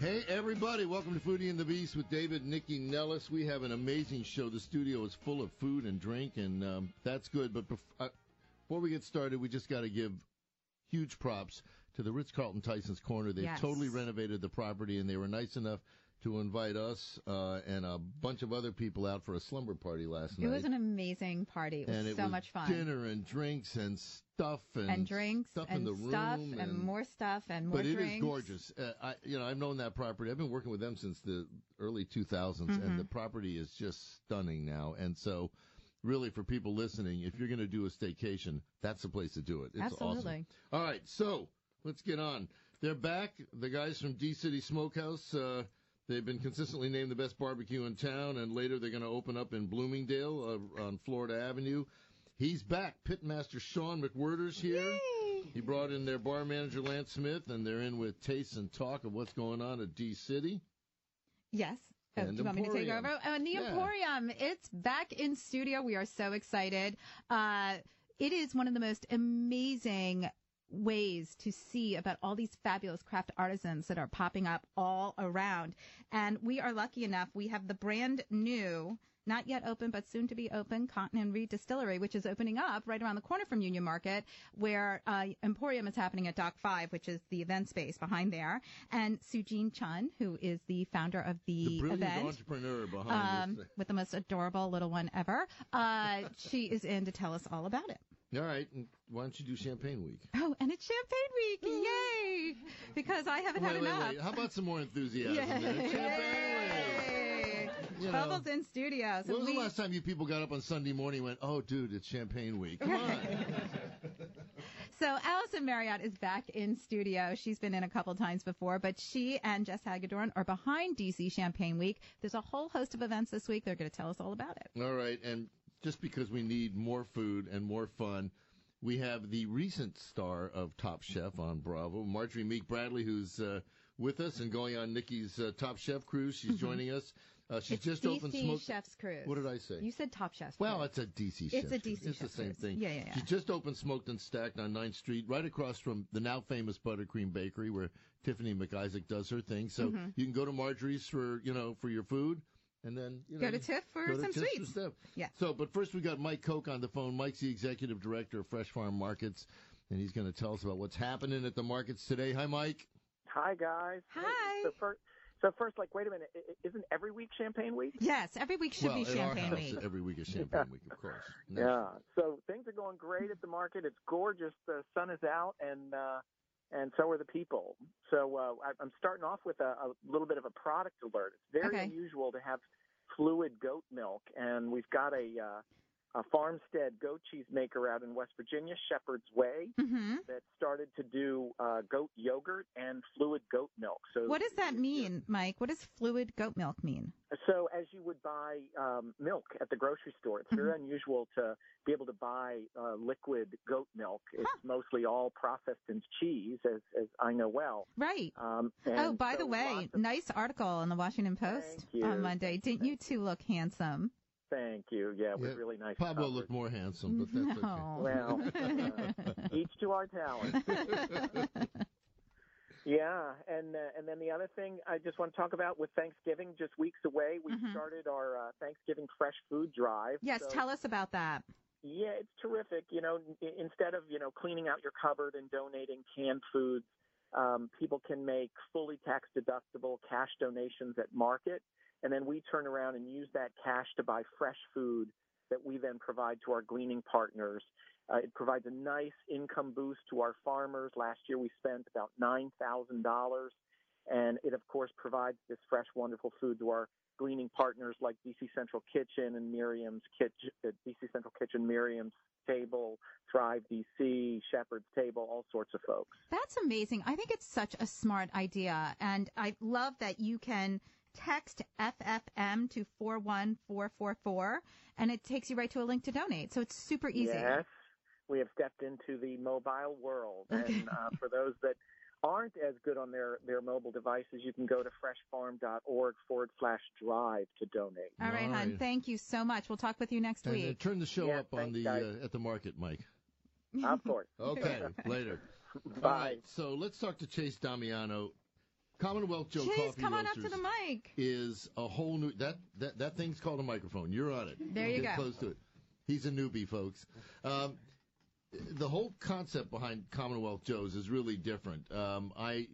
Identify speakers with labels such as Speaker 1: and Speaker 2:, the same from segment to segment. Speaker 1: Hey, everybody, welcome to Foodie and the Beast with David and Nikki Nellis. We have an amazing show. The studio is full of food and drink, and um, that's good. But bef- uh, before we get started, we just got to give huge props to the Ritz Carlton Tyson's Corner. They've
Speaker 2: Yes.
Speaker 1: totally renovated the property, and they were nice enough to invite us uh, and a bunch of other people out for a slumber party last
Speaker 2: It
Speaker 1: night.
Speaker 2: was an amazing party. It was
Speaker 1: and it
Speaker 2: so
Speaker 1: was
Speaker 2: much fun.
Speaker 1: Dinner and drinks and stuff and,
Speaker 2: and drinks
Speaker 1: stuff in
Speaker 2: and
Speaker 1: the
Speaker 2: stuff
Speaker 1: room
Speaker 2: and, more stuff and more
Speaker 1: but
Speaker 2: drinks.
Speaker 1: it is gorgeous. Uh, I, you know, I've known that property. I've been working with them since the early 2000s,
Speaker 2: Mm-hmm.
Speaker 1: and the property is just stunning now. And so, really, for people listening, if you're going to do a staycation, that's the place to do it. It's awesome.
Speaker 2: Absolutely.
Speaker 1: All right, so let's get on. They're back. The guys from D City Smokehouse. Uh, They've been consistently named the best barbecue in town, and later they're going to open up in Bloomingdale uh, on Florida Avenue. He's back. Pitmaster Sean McWhirter's here. He brought in their bar manager Lance Smith, and they're in with taste and talk of what's going on at D City.
Speaker 2: Yes. Oh,
Speaker 1: And
Speaker 2: do you want me to take
Speaker 1: Emporium.
Speaker 2: over? Oh, and the
Speaker 1: Yeah.
Speaker 2: Emporium, it's back in studio. We are so excited. Uh, it is one of the most amazing ways to see about all these fabulous craft artisans that are popping up all around. And we are lucky enough, we have the brand new, not yet open, but soon to be open, Cotton and Reed Distillery, which is opening up right around the corner from Union Market, where uh, Emporium is happening at Dock 5, which is the event space behind there. And Sujin Chun, who is the founder of the,
Speaker 1: The brilliant
Speaker 2: event
Speaker 1: entrepreneur behind
Speaker 2: um,
Speaker 1: this.
Speaker 2: with the most adorable little one ever. Uh, she is in to tell us all about it.
Speaker 1: All right, and why don't you do Champagne Week?
Speaker 2: Oh, and it's Champagne Week! Yay! Because I haven't
Speaker 1: wait,
Speaker 2: had
Speaker 1: wait,
Speaker 2: enough.
Speaker 1: wait. How about some more enthusiasm?
Speaker 2: Yay.
Speaker 1: there? Champagne Week.
Speaker 2: Yay.
Speaker 1: You know.
Speaker 2: Bubbles in studios.
Speaker 1: When was
Speaker 2: We-
Speaker 1: the last time you people got up on Sunday morning and went, "Oh, dude, it's Champagne Week"? Come on.
Speaker 2: So Allison Marriott is back in studio. She's been in a couple times before, but she and Jess Hagedorn are behind DC Champagne Week. There's a whole host of events this week. They're going to tell us all about it.
Speaker 1: All right, and just because we need more food and more fun, we have the recent star of Top Chef on Bravo, Marjorie Meek Bradley, who's uh, with us and going on Nikki's uh, Top Chef cruise.
Speaker 2: Mm-hmm.
Speaker 1: She's joining us. Uh, she's just
Speaker 2: DC
Speaker 1: opened Smoke.
Speaker 2: Chef's Cruise.
Speaker 1: What did I say?
Speaker 2: You said Top Chef's
Speaker 1: Well,
Speaker 2: Cruise.
Speaker 1: it's a DC
Speaker 2: It's a
Speaker 1: chef.
Speaker 2: DC
Speaker 1: It's the
Speaker 2: chef
Speaker 1: same
Speaker 2: cruise.
Speaker 1: thing.
Speaker 2: Yeah, yeah, yeah.
Speaker 1: She just opened Smoked and Stacked on 9th Street, right across from the now famous Buttercream Bakery where Tiffany McIsaac does her thing. So
Speaker 2: Mm-hmm.
Speaker 1: you can go to Marjorie's for, you know, for your food and then, you know,
Speaker 2: Go to Tiff for
Speaker 1: go to
Speaker 2: some
Speaker 1: Tiff's
Speaker 2: sweets.
Speaker 1: stuff.
Speaker 2: Yeah.
Speaker 1: So, but first we got Mike Koch on the phone. Mike's the executive director of Fresh Farm Markets and he's going to tell us about what's happening at the markets today. Hi Mike.
Speaker 3: Hi guys.
Speaker 2: Hi.
Speaker 3: So first, so first, like, wait a minute, i- i- isn't every week Champagne Week?
Speaker 2: Yes, every week should
Speaker 1: well,
Speaker 2: be
Speaker 1: at our
Speaker 2: Champagne
Speaker 1: house,
Speaker 2: Week.
Speaker 1: every week is Champagne Week, of course.
Speaker 3: Yeah. So things are going great at the market. It's gorgeous. The sun is out, and uh, and so are the people. So uh, I, I'm starting off with a, a little bit of a product alert. It's very
Speaker 2: Okay.
Speaker 3: unusual to have fluid goat milk, and we've got a uh, a farmstead goat cheese maker out in West Virginia, Shepherd's Way,
Speaker 2: hmm
Speaker 3: that started to do uh, goat yogurt and fluid goat milk. So
Speaker 2: What does that
Speaker 3: if you're-
Speaker 2: mean, Mike? What does fluid goat milk mean?
Speaker 3: So, as you would buy um, milk at the grocery store, it's very
Speaker 2: Mm-hmm.
Speaker 3: unusual to be able to buy uh, liquid goat milk. It's mostly all processed in cheese, as, as I know well.
Speaker 2: Right.
Speaker 3: Um,
Speaker 2: Oh,
Speaker 3: and
Speaker 2: by
Speaker 3: so
Speaker 2: the way,
Speaker 3: lots of-
Speaker 2: nice article in the Washington Post
Speaker 3: Thank
Speaker 2: on
Speaker 3: you.
Speaker 2: Monday. Didn't you two look handsome?
Speaker 3: thank you. Yeah, it was
Speaker 1: Yeah,
Speaker 3: really nice.
Speaker 1: Pablo
Speaker 3: coverage.
Speaker 1: looked more handsome, but that's okay.
Speaker 2: no.
Speaker 3: Well, uh, each to our talent. yeah, and uh, and then the other thing I just want to talk about with Thanksgiving just weeks away, we
Speaker 2: Mhm.
Speaker 3: started our uh, Thanksgiving fresh food drive.
Speaker 2: yes,
Speaker 3: So-
Speaker 2: tell us about that.
Speaker 3: Yeah, it's terrific. You know, i- instead of you know cleaning out your cupboard and donating canned foods, um, people can make fully tax deductible cash donations at market, and then we turn around and use that cash to buy fresh food that we then provide to our gleaning partners. Uh, it provides a nice income boost to our farmers. Last year we spent about nine thousand dollars, and it of course provides this fresh, wonderful food to our gleaning partners like DC Central Kitchen and Miriam's Kitchen, uh, DC Central Kitchen, Miriam's Table, Thrive DC, Shepherd's Table, all sorts of folks.
Speaker 2: That's amazing. I think it's such a smart idea. And I love that you can text FFM to 41444 and it takes you right to a link to donate. So it's super easy.
Speaker 3: Yes, we have stepped into the mobile world. And uh, for those that aren't as good on their, their mobile devices, you can go to freshfarm.org forward slash drive to donate.
Speaker 2: All right,
Speaker 1: All
Speaker 2: hon.
Speaker 1: right.
Speaker 2: Thank you so much. We'll talk with you next
Speaker 1: And, uh,
Speaker 2: week.
Speaker 1: turn the show
Speaker 3: Yeah,
Speaker 1: up on
Speaker 3: thanks,
Speaker 1: the
Speaker 3: guys.
Speaker 1: uh, at the market, Mike.
Speaker 3: Of course.
Speaker 1: Okay, later. All
Speaker 3: Bye.
Speaker 1: right, so let's talk to Chase Damiano. Commonwealth Joe
Speaker 2: Chase,
Speaker 1: Coffee
Speaker 2: come on up
Speaker 1: Roasters
Speaker 2: to the mic.
Speaker 1: is a whole new that, that that thing's called a microphone. You're on it.
Speaker 2: There you
Speaker 1: Get
Speaker 2: go.
Speaker 1: Close to it. He's a newbie, folks. Um, the whole concept behind Commonwealth Joe's is really different. Um, I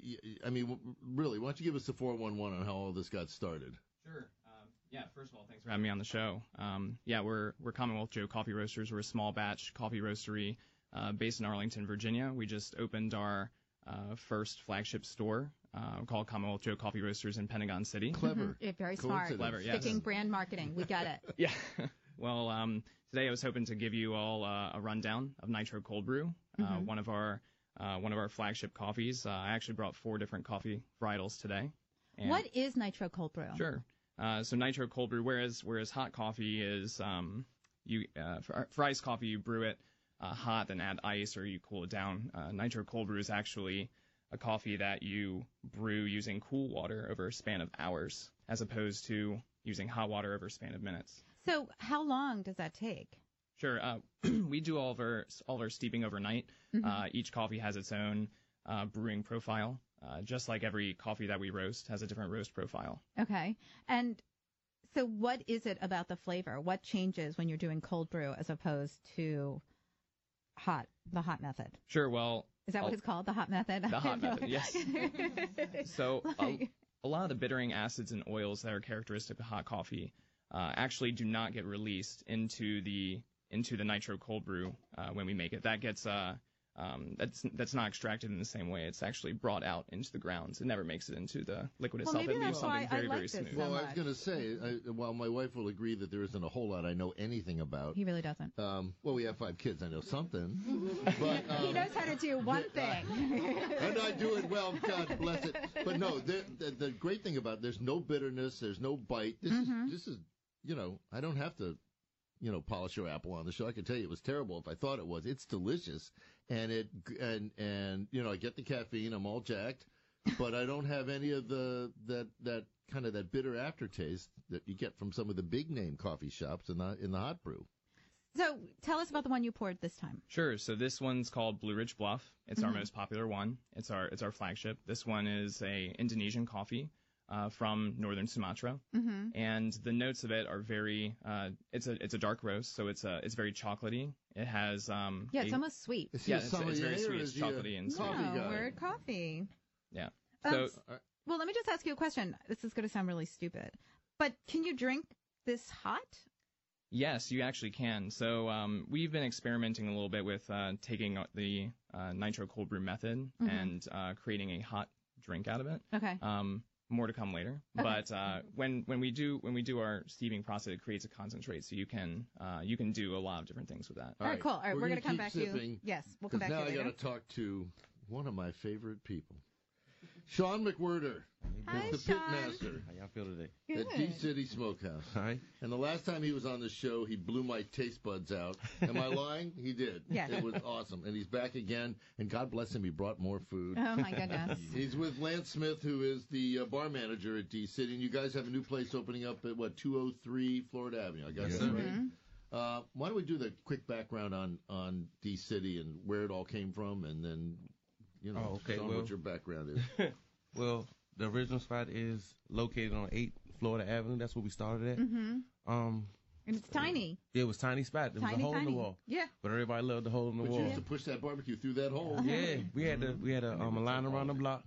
Speaker 1: I mean, w- really, why don't you give us the 411 on how all this got started?
Speaker 4: Sure. Um, yeah. First of all, thanks for having me on the show. Um, yeah, we're we're Commonwealth Joe Coffee Roasters. We're a small batch coffee roastery uh, based in Arlington, Virginia. We just opened our uh, first flagship store uh, called Commonwealth Joe Coffee Roasters in Pentagon City.
Speaker 1: Clever.
Speaker 2: Mm-hmm. Yeah, very smart.
Speaker 1: Coincidence.
Speaker 4: Clever, yes.
Speaker 2: Sticking brand marketing. We get it.
Speaker 4: Yeah. well, um, today I was hoping to give you all uh, a rundown of Nitro Cold Brew, uh,
Speaker 2: Mhm.
Speaker 4: one of our uh, one of our flagship coffees. Uh, I actually brought four different coffee varietals today. And-
Speaker 2: Mm-hmm. What is nitro cold brew?
Speaker 4: Sure. Uh, so nitro cold brew, whereas whereas hot coffee is um, you uh, for, for iced coffee you brew it uh, hot and add ice or you cool it down. Uh, nitro cold brew is actually a coffee that you brew using cool water over a span of hours, as opposed to using hot water over a span of minutes.
Speaker 2: So how long does that take?
Speaker 4: Sure. Uh, we do all of our all of our steeping overnight.
Speaker 2: Mm-hmm.
Speaker 4: Uh, each coffee has its own uh, brewing profile, uh, just like every coffee that we roast has a different roast profile.
Speaker 2: Okay. And so what is it about the flavor? What changes when you're doing cold brew as opposed to hot, the hot method?
Speaker 4: Sure. Well,
Speaker 2: Is that what
Speaker 4: Oh.
Speaker 2: it's called? The hot method?
Speaker 4: The hot
Speaker 2: I don't
Speaker 4: method,
Speaker 2: yes.
Speaker 4: so a,
Speaker 2: Like-
Speaker 4: a lot of the bittering acids and oils that are characteristic of hot coffee uh, actually do not get released into the into the nitro cold brew uh, when we make it. That gets uh, um, that's that's not extracted in the same way. It's actually brought out into the grounds. It never makes it into the liquid
Speaker 2: Well,
Speaker 4: itself.
Speaker 2: maybe
Speaker 4: it leaves
Speaker 2: that's why
Speaker 4: something
Speaker 2: I
Speaker 4: very
Speaker 2: like
Speaker 4: very
Speaker 2: this.
Speaker 4: smooth.
Speaker 2: so
Speaker 1: well, I was
Speaker 2: much.
Speaker 1: going to say, I, while my wife will agree that there isn't a whole lot I know anything about.
Speaker 2: he really doesn't.
Speaker 1: Um, well, we have five kids. I know something, but um,
Speaker 2: He knows how to do one thing.
Speaker 1: and I do it well. God bless it. But no, the, the, the great thing about it, there's no bitterness, there's no bite. This
Speaker 2: Mhm.
Speaker 1: is this is you know I don't have to you know polish your apple on the show. I can tell you it was terrible if I thought it was. It's delicious, and it and and you know I get the caffeine. I'm all jacked, but I don't have any of the that that kind of that bitter aftertaste that you get from some of the big name coffee shops in the in the hot brew.
Speaker 2: so tell us about the one you poured this time.
Speaker 4: Sure. So this one's called Blue Ridge Bluff. It's
Speaker 2: Mhm.
Speaker 4: our most popular one. It's our it's our flagship. This one is a Indonesian coffee uh, from northern Sumatra.
Speaker 2: Mm-hmm.
Speaker 4: and the notes of it are very uh, it's a it's a dark roast, so it's a it's very chocolatey. It has um
Speaker 2: Yeah, it's
Speaker 4: a-
Speaker 2: almost sweet.
Speaker 1: Is he
Speaker 4: yeah,
Speaker 1: a
Speaker 4: it's, it's very
Speaker 1: sommelier or
Speaker 4: sweet,
Speaker 1: is
Speaker 4: it's
Speaker 1: he a-
Speaker 4: chocolatey and sweet.
Speaker 1: coffee
Speaker 2: no,
Speaker 1: guy.
Speaker 2: we're coffee.
Speaker 4: Yeah.
Speaker 2: Um,
Speaker 4: So-
Speaker 2: s- well, let me just ask you a question. This is going to sound really stupid, but can you drink this hot?
Speaker 4: Yes, you actually can. So um, we've been experimenting a little bit with uh, taking the uh, nitro cold brew method
Speaker 2: Mhm.
Speaker 4: and uh, creating a hot drink out of it.
Speaker 2: Okay.
Speaker 4: Um, more to come later.
Speaker 2: Okay.
Speaker 4: But uh, when when we do when we do our steaming process, it creates a concentrate, so you can uh, you can do a lot of different things with that.
Speaker 2: All right, cool. All right,
Speaker 1: we're
Speaker 2: we're going
Speaker 1: gonna
Speaker 2: to come
Speaker 1: keep
Speaker 2: back to you.
Speaker 1: sipping,
Speaker 2: Yes, we'll come back
Speaker 1: now
Speaker 2: to you
Speaker 1: I
Speaker 2: later.
Speaker 1: got to talk to one of my favorite people, Sean McWhirter,
Speaker 2: Hi,
Speaker 1: the
Speaker 2: Sean.
Speaker 1: pitmaster
Speaker 5: How y'all feel today?
Speaker 1: at
Speaker 2: Good.
Speaker 1: Deep City Smokehouse.
Speaker 5: Hi.
Speaker 1: And the last time he was on the show, he blew my taste buds out. Am I lying? He did.
Speaker 2: Yeah.
Speaker 1: It was awesome. And he's back again. And God bless him, he brought more food.
Speaker 2: Oh my goodness.
Speaker 1: He's with Lance Smith, who is the uh, bar manager at D City, and you guys have a new place opening up at what 203 Florida Avenue. I got
Speaker 5: Yes,
Speaker 1: that
Speaker 5: sir.
Speaker 1: right.
Speaker 2: Mhm.
Speaker 1: Uh, why don't we do the quick background on on D City and where it all came from, and then you know
Speaker 5: Oh, okay,
Speaker 1: Sean,
Speaker 5: well-
Speaker 1: what your background is.
Speaker 5: Well, the original spot is located on 8 Florida Avenue. That's where we started at.
Speaker 2: Mhm.
Speaker 5: Um,
Speaker 2: And it's tiny.
Speaker 5: it was tiny spot. There was
Speaker 2: tiny,
Speaker 5: a hole
Speaker 2: tiny.
Speaker 5: in the wall,
Speaker 2: Yeah.
Speaker 5: but everybody loved the hole in the
Speaker 1: But you
Speaker 5: wall.
Speaker 1: used to push that barbecue through that hole.
Speaker 5: Yeah, we had a we had a, um, a line around the block,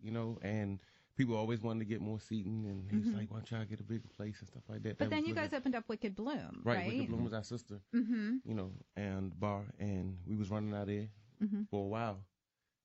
Speaker 5: you know, and people always wanted to get more seating, and he was like, "Why don't y'all get a bigger place and stuff like that?"
Speaker 2: Mm-hmm. But
Speaker 5: That
Speaker 2: then
Speaker 5: was
Speaker 2: you
Speaker 5: really-
Speaker 2: guys opened up Wicked Bloom,
Speaker 5: right,
Speaker 2: right?
Speaker 5: Wicked Bloom was our sister,
Speaker 2: Mm-hmm.
Speaker 5: you know, and bar, and we was running out there
Speaker 2: Mhm.
Speaker 5: for a while,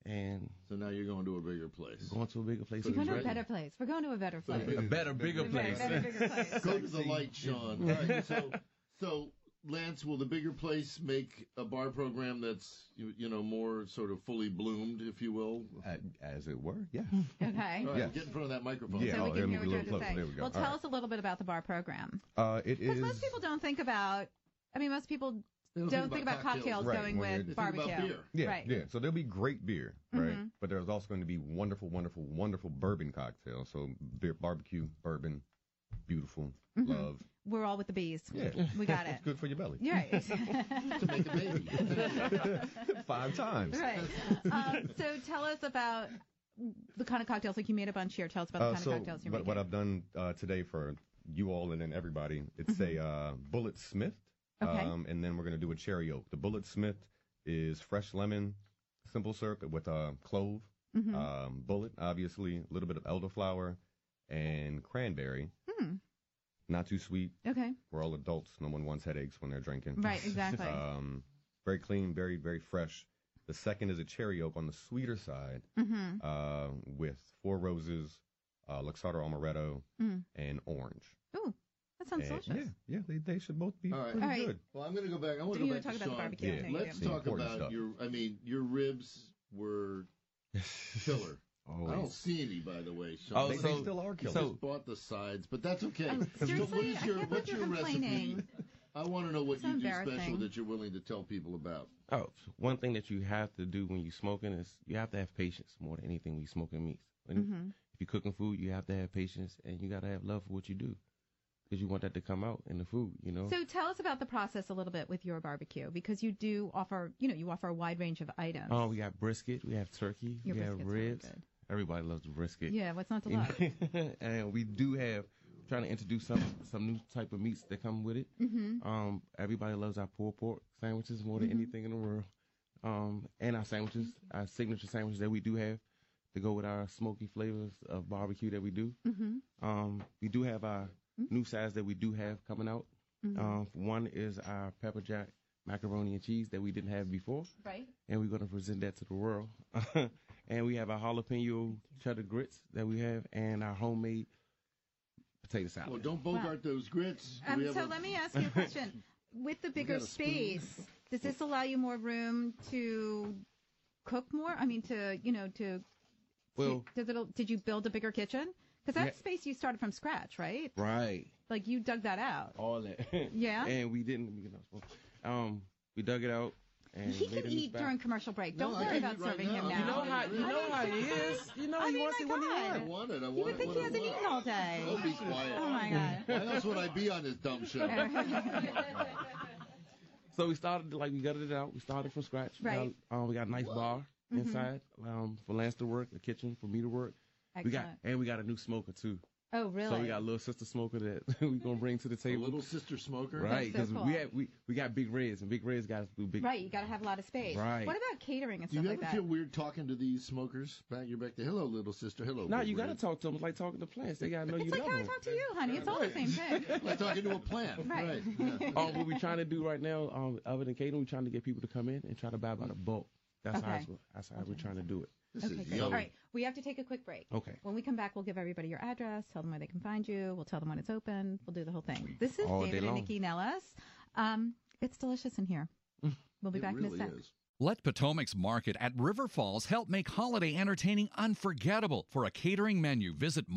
Speaker 5: and
Speaker 1: So now you're going to a bigger place.
Speaker 5: going to a bigger place.
Speaker 1: So
Speaker 2: We're
Speaker 1: you
Speaker 5: and
Speaker 2: going to a
Speaker 1: ready?
Speaker 2: better place. We're going to a better place.
Speaker 5: A better, bigger
Speaker 2: Better,
Speaker 5: place.
Speaker 2: better, bigger place.
Speaker 1: Go to the light, Sean. All right, so so Lance, will the bigger place make a bar program that's you, you know more sort of fully bloomed, if you will?
Speaker 6: Uh, as it were, yeah.
Speaker 2: Okay.
Speaker 1: All right, Oh,
Speaker 6: Yes.
Speaker 1: Get in front of that microphone.
Speaker 6: Yeah.
Speaker 2: So we
Speaker 6: oh,
Speaker 2: can
Speaker 6: let me
Speaker 2: hear what
Speaker 6: go
Speaker 2: you
Speaker 6: a
Speaker 2: have to
Speaker 6: little
Speaker 2: say.
Speaker 6: closer. There we go.
Speaker 2: Well,
Speaker 6: All
Speaker 2: tell
Speaker 6: right.
Speaker 2: us a little bit about the bar program.
Speaker 6: Uh, it
Speaker 2: Because
Speaker 6: is
Speaker 2: most people don't think about, I mean, most people
Speaker 1: They
Speaker 2: don't think about cocktails
Speaker 6: Right,
Speaker 2: going
Speaker 6: when
Speaker 1: They
Speaker 2: with
Speaker 1: think about
Speaker 2: barbecue.
Speaker 1: beer.
Speaker 6: yeah,
Speaker 2: right.
Speaker 6: yeah. So there'll be great beer, right?
Speaker 2: Mhm.
Speaker 6: But there's also going to be wonderful, wonderful, wonderful bourbon cocktails. So beer, barbecue, bourbon, beautiful,
Speaker 2: Mhm.
Speaker 6: love.
Speaker 2: We're all with the bees.
Speaker 6: Yeah,
Speaker 2: We got it.
Speaker 6: it's good for your belly.
Speaker 2: You're right.
Speaker 1: To make a baby.
Speaker 6: Five times.
Speaker 2: right. Um, so tell us about the kind of cocktails, like you made a bunch here. Tell us about the
Speaker 6: Uh,
Speaker 2: kind
Speaker 6: so
Speaker 2: of cocktails you're
Speaker 6: what,
Speaker 2: making.
Speaker 6: what I've done uh, today for you all and then everybody, it's a uh, Bullet Smith.
Speaker 2: Mm-hmm. Okay.
Speaker 6: Um, and then we're going to do a cherry oak. The Bullet Smith is fresh lemon, simple syrup with uh, clove,
Speaker 2: Mhm.
Speaker 6: um, bullet, obviously, a little bit of elderflower, and cranberry.
Speaker 2: Hmm.
Speaker 6: Not too sweet.
Speaker 2: Okay.
Speaker 6: We're all adults. No one wants headaches when they're drinking.
Speaker 2: Right, exactly.
Speaker 6: um, very clean, very, very fresh. The second is a cherry oak on the sweeter side
Speaker 2: Mm-hmm.
Speaker 6: uh, with four roses, uh, Luxardo Amaretto,
Speaker 2: Mm.
Speaker 6: and orange.
Speaker 2: That sounds
Speaker 6: And-
Speaker 2: delicious.
Speaker 6: Yeah, yeah, they, they should both be
Speaker 1: All right.
Speaker 6: pretty
Speaker 2: All right.
Speaker 6: good.
Speaker 1: Well, I'm going to go back. I want
Speaker 2: Do
Speaker 1: to
Speaker 2: you
Speaker 1: go
Speaker 2: want
Speaker 1: back
Speaker 2: to talk
Speaker 1: to
Speaker 2: about the
Speaker 1: Sean.
Speaker 2: barbecue?
Speaker 6: Yeah.
Speaker 2: Okay,
Speaker 1: Let's
Speaker 2: good.
Speaker 6: The
Speaker 1: talk
Speaker 6: important
Speaker 1: about
Speaker 6: stuff.
Speaker 1: your. I mean, your ribs were killer. I don't
Speaker 5: Always.
Speaker 1: see any, by the way, Sean.
Speaker 5: Oh,
Speaker 6: They,
Speaker 1: I
Speaker 6: they
Speaker 5: so-
Speaker 6: still are killers.
Speaker 5: so-
Speaker 1: just bought the sides, but that's okay.
Speaker 2: Oh,
Speaker 1: So what
Speaker 2: seriously?
Speaker 1: is
Speaker 2: I
Speaker 1: your,
Speaker 2: can't believe
Speaker 1: what's
Speaker 2: you're
Speaker 1: your recipe?
Speaker 2: complaining.
Speaker 1: I want to know what
Speaker 2: So
Speaker 1: you do special
Speaker 2: embarrassing.
Speaker 1: that you're willing to tell people about.
Speaker 5: Oh, one thing that you have to do when you're smoking is you have to have patience more than anything when you're smoking meats. When
Speaker 2: Mm-hmm.
Speaker 5: If you're cooking food, you have to have patience and you got to have love for what you do because you want that to come out in the food, you know?
Speaker 2: So tell us about the process a little bit with your barbecue because you do offer, you know, you offer a wide range of items.
Speaker 5: Oh, we got brisket, we have turkey,
Speaker 2: your
Speaker 5: we have
Speaker 2: brisket's really
Speaker 5: ribs.
Speaker 2: good.
Speaker 5: Everybody loves brisket.
Speaker 2: Yeah, what's not to love?
Speaker 5: and we do have trying to introduce some some new type of meats that come with it.
Speaker 2: mm-hmm.
Speaker 5: Um, everybody loves our pulled pork sandwiches more than
Speaker 2: Mhm.
Speaker 5: anything in the world. Um, and our sandwiches,
Speaker 2: Mm-hmm.
Speaker 5: our signature sandwiches that we do have to go with our smoky flavors of barbecue that we do.
Speaker 2: Mm-hmm.
Speaker 5: Um, we do have our
Speaker 2: Mm.
Speaker 5: new sides that we do have coming out.
Speaker 2: Mhm.
Speaker 5: Um, one is our pepper jack macaroni and cheese that we didn't have before,
Speaker 2: Right.
Speaker 5: and we're going to present that to the world. and we have our jalapeno cheddar grits that we have, and our homemade potato salad.
Speaker 1: Well, don't bogart those grits. We
Speaker 2: Um,
Speaker 1: have
Speaker 2: so
Speaker 1: a-
Speaker 2: let me ask you a question. With the bigger
Speaker 1: got a spoon?
Speaker 2: space, does this allow you more room to cook more? I mean, to you know, to
Speaker 5: Well-
Speaker 2: does it? Did you build a bigger kitchen? Because that
Speaker 5: Yeah.
Speaker 2: space you started from scratch, right?
Speaker 5: Right.
Speaker 2: Like you dug that out.
Speaker 5: All that.
Speaker 2: Yeah?
Speaker 5: And we didn't. We, um, we dug it out. And
Speaker 2: He
Speaker 5: made
Speaker 2: can
Speaker 5: a new
Speaker 2: eat
Speaker 5: spot.
Speaker 2: during commercial break.
Speaker 1: No,
Speaker 2: Don't
Speaker 1: I
Speaker 2: worry
Speaker 1: can
Speaker 2: about
Speaker 1: eat right
Speaker 2: serving him
Speaker 1: now.
Speaker 2: now.
Speaker 5: You know how you
Speaker 2: I
Speaker 5: know
Speaker 2: mean,
Speaker 5: how he
Speaker 2: seriously.
Speaker 5: is. You know
Speaker 2: I
Speaker 5: he
Speaker 2: mean,
Speaker 5: wants
Speaker 2: my
Speaker 5: to when he
Speaker 2: God.
Speaker 1: I
Speaker 5: wants.
Speaker 1: want it. I
Speaker 2: You
Speaker 1: want
Speaker 2: would
Speaker 1: it.
Speaker 2: think
Speaker 1: What
Speaker 2: he
Speaker 1: I
Speaker 2: hasn't
Speaker 1: want.
Speaker 2: eaten all day.
Speaker 1: Don't be quiet.
Speaker 2: Oh my God.
Speaker 1: Why else would I be on this dumb show?
Speaker 5: So we started like we gutted it out. We started from scratch.
Speaker 2: Right.
Speaker 5: We got, um, we got a nice bar
Speaker 2: Mhm.
Speaker 5: inside um, for Lance to work, a kitchen for me to work. We got
Speaker 2: Excellent.
Speaker 5: and we got a new smoker too.
Speaker 2: Oh really?
Speaker 5: So we got a little sister smoker that we gonna bring to the
Speaker 1: A
Speaker 5: table.
Speaker 1: little sister smoker.
Speaker 5: right? Because
Speaker 2: That's so
Speaker 5: we
Speaker 2: cool.
Speaker 5: had we, we got big reds and big reds got us through big.
Speaker 2: Right, you got to have a lot of space.
Speaker 5: Right.
Speaker 2: What about catering and
Speaker 1: Do
Speaker 2: stuff
Speaker 1: you
Speaker 2: like
Speaker 1: ever
Speaker 2: that?
Speaker 1: feel weird talking to these smokers? Back, you're back to hello, little sister. Hello.
Speaker 5: No,
Speaker 1: big
Speaker 5: you gotta
Speaker 1: red."
Speaker 5: talk to them. It's like talking to plants. They gotta know you
Speaker 2: it's like
Speaker 5: love
Speaker 2: how I
Speaker 5: them.
Speaker 2: talk to you, honey. It's all the same thing.
Speaker 1: Like talking to a plant.
Speaker 2: Right.
Speaker 1: yeah.
Speaker 5: um, what we're trying to do right now, um, other than catering, we're trying to get people to come in and try to buy by the bulk. That's how
Speaker 2: Okay.
Speaker 5: it's, that's how we're trying to do it.
Speaker 1: This
Speaker 2: Okay,
Speaker 1: is
Speaker 2: great. All
Speaker 1: yummy.
Speaker 2: right, we have to take a quick break.
Speaker 5: Okay.
Speaker 2: When we come back, we'll give everybody your address, tell them where they can find you, we'll tell them when it's open, we'll do the whole thing. This is
Speaker 5: All day
Speaker 2: David and
Speaker 5: long.
Speaker 2: Nikki Nellis. Um, it's delicious in here. We'll be
Speaker 1: It
Speaker 2: back in a
Speaker 1: really
Speaker 2: sec.
Speaker 1: is.
Speaker 7: Let Potomac's Market at River Falls help make holiday entertaining unforgettable. For a catering menu, visit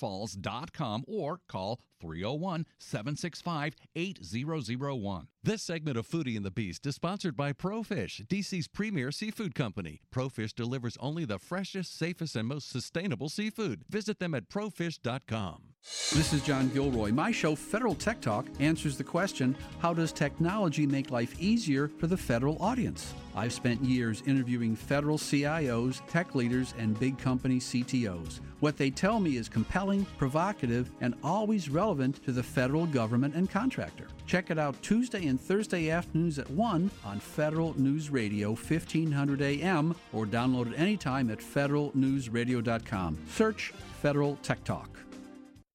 Speaker 7: marketriverfalls.com or call 301 765 8001.
Speaker 8: This segment of Foodie and the Beast is sponsored by ProFish, DC's premier seafood company. ProFish delivers only the freshest, safest, and most sustainable seafood. Visit them at profish.com.
Speaker 9: This is John Gilroy. My show, Federal Tech Talk, answers the question how does technology make life easier for the federal audience? I've spent years interviewing federal CIOs, tech leaders, and big company CTOs. What they tell me is compelling, provocative, and always relevant to the federal government and contractor. Check it out Tuesday and Thursday afternoons at 1 on Federal News Radio, 1500 AM, or download it anytime at federalnewsradio.com. Search Federal Tech Talk.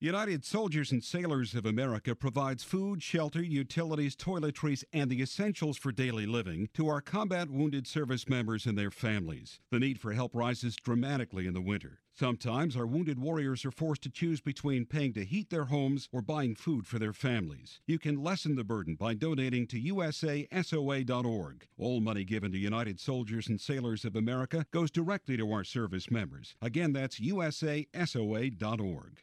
Speaker 10: United Soldiers and Sailors of America provides food, shelter, utilities, toiletries, and the essentials for daily living to our combat wounded service members and their families. The need for help rises dramatically in the winter. Sometimes our wounded warriors are forced to choose between paying to heat their homes or buying food for their families. You can lessen the burden by donating to usasoa.org. All money given to United Soldiers and Sailors of America goes directly to our service members. Again, that's usasoa.org.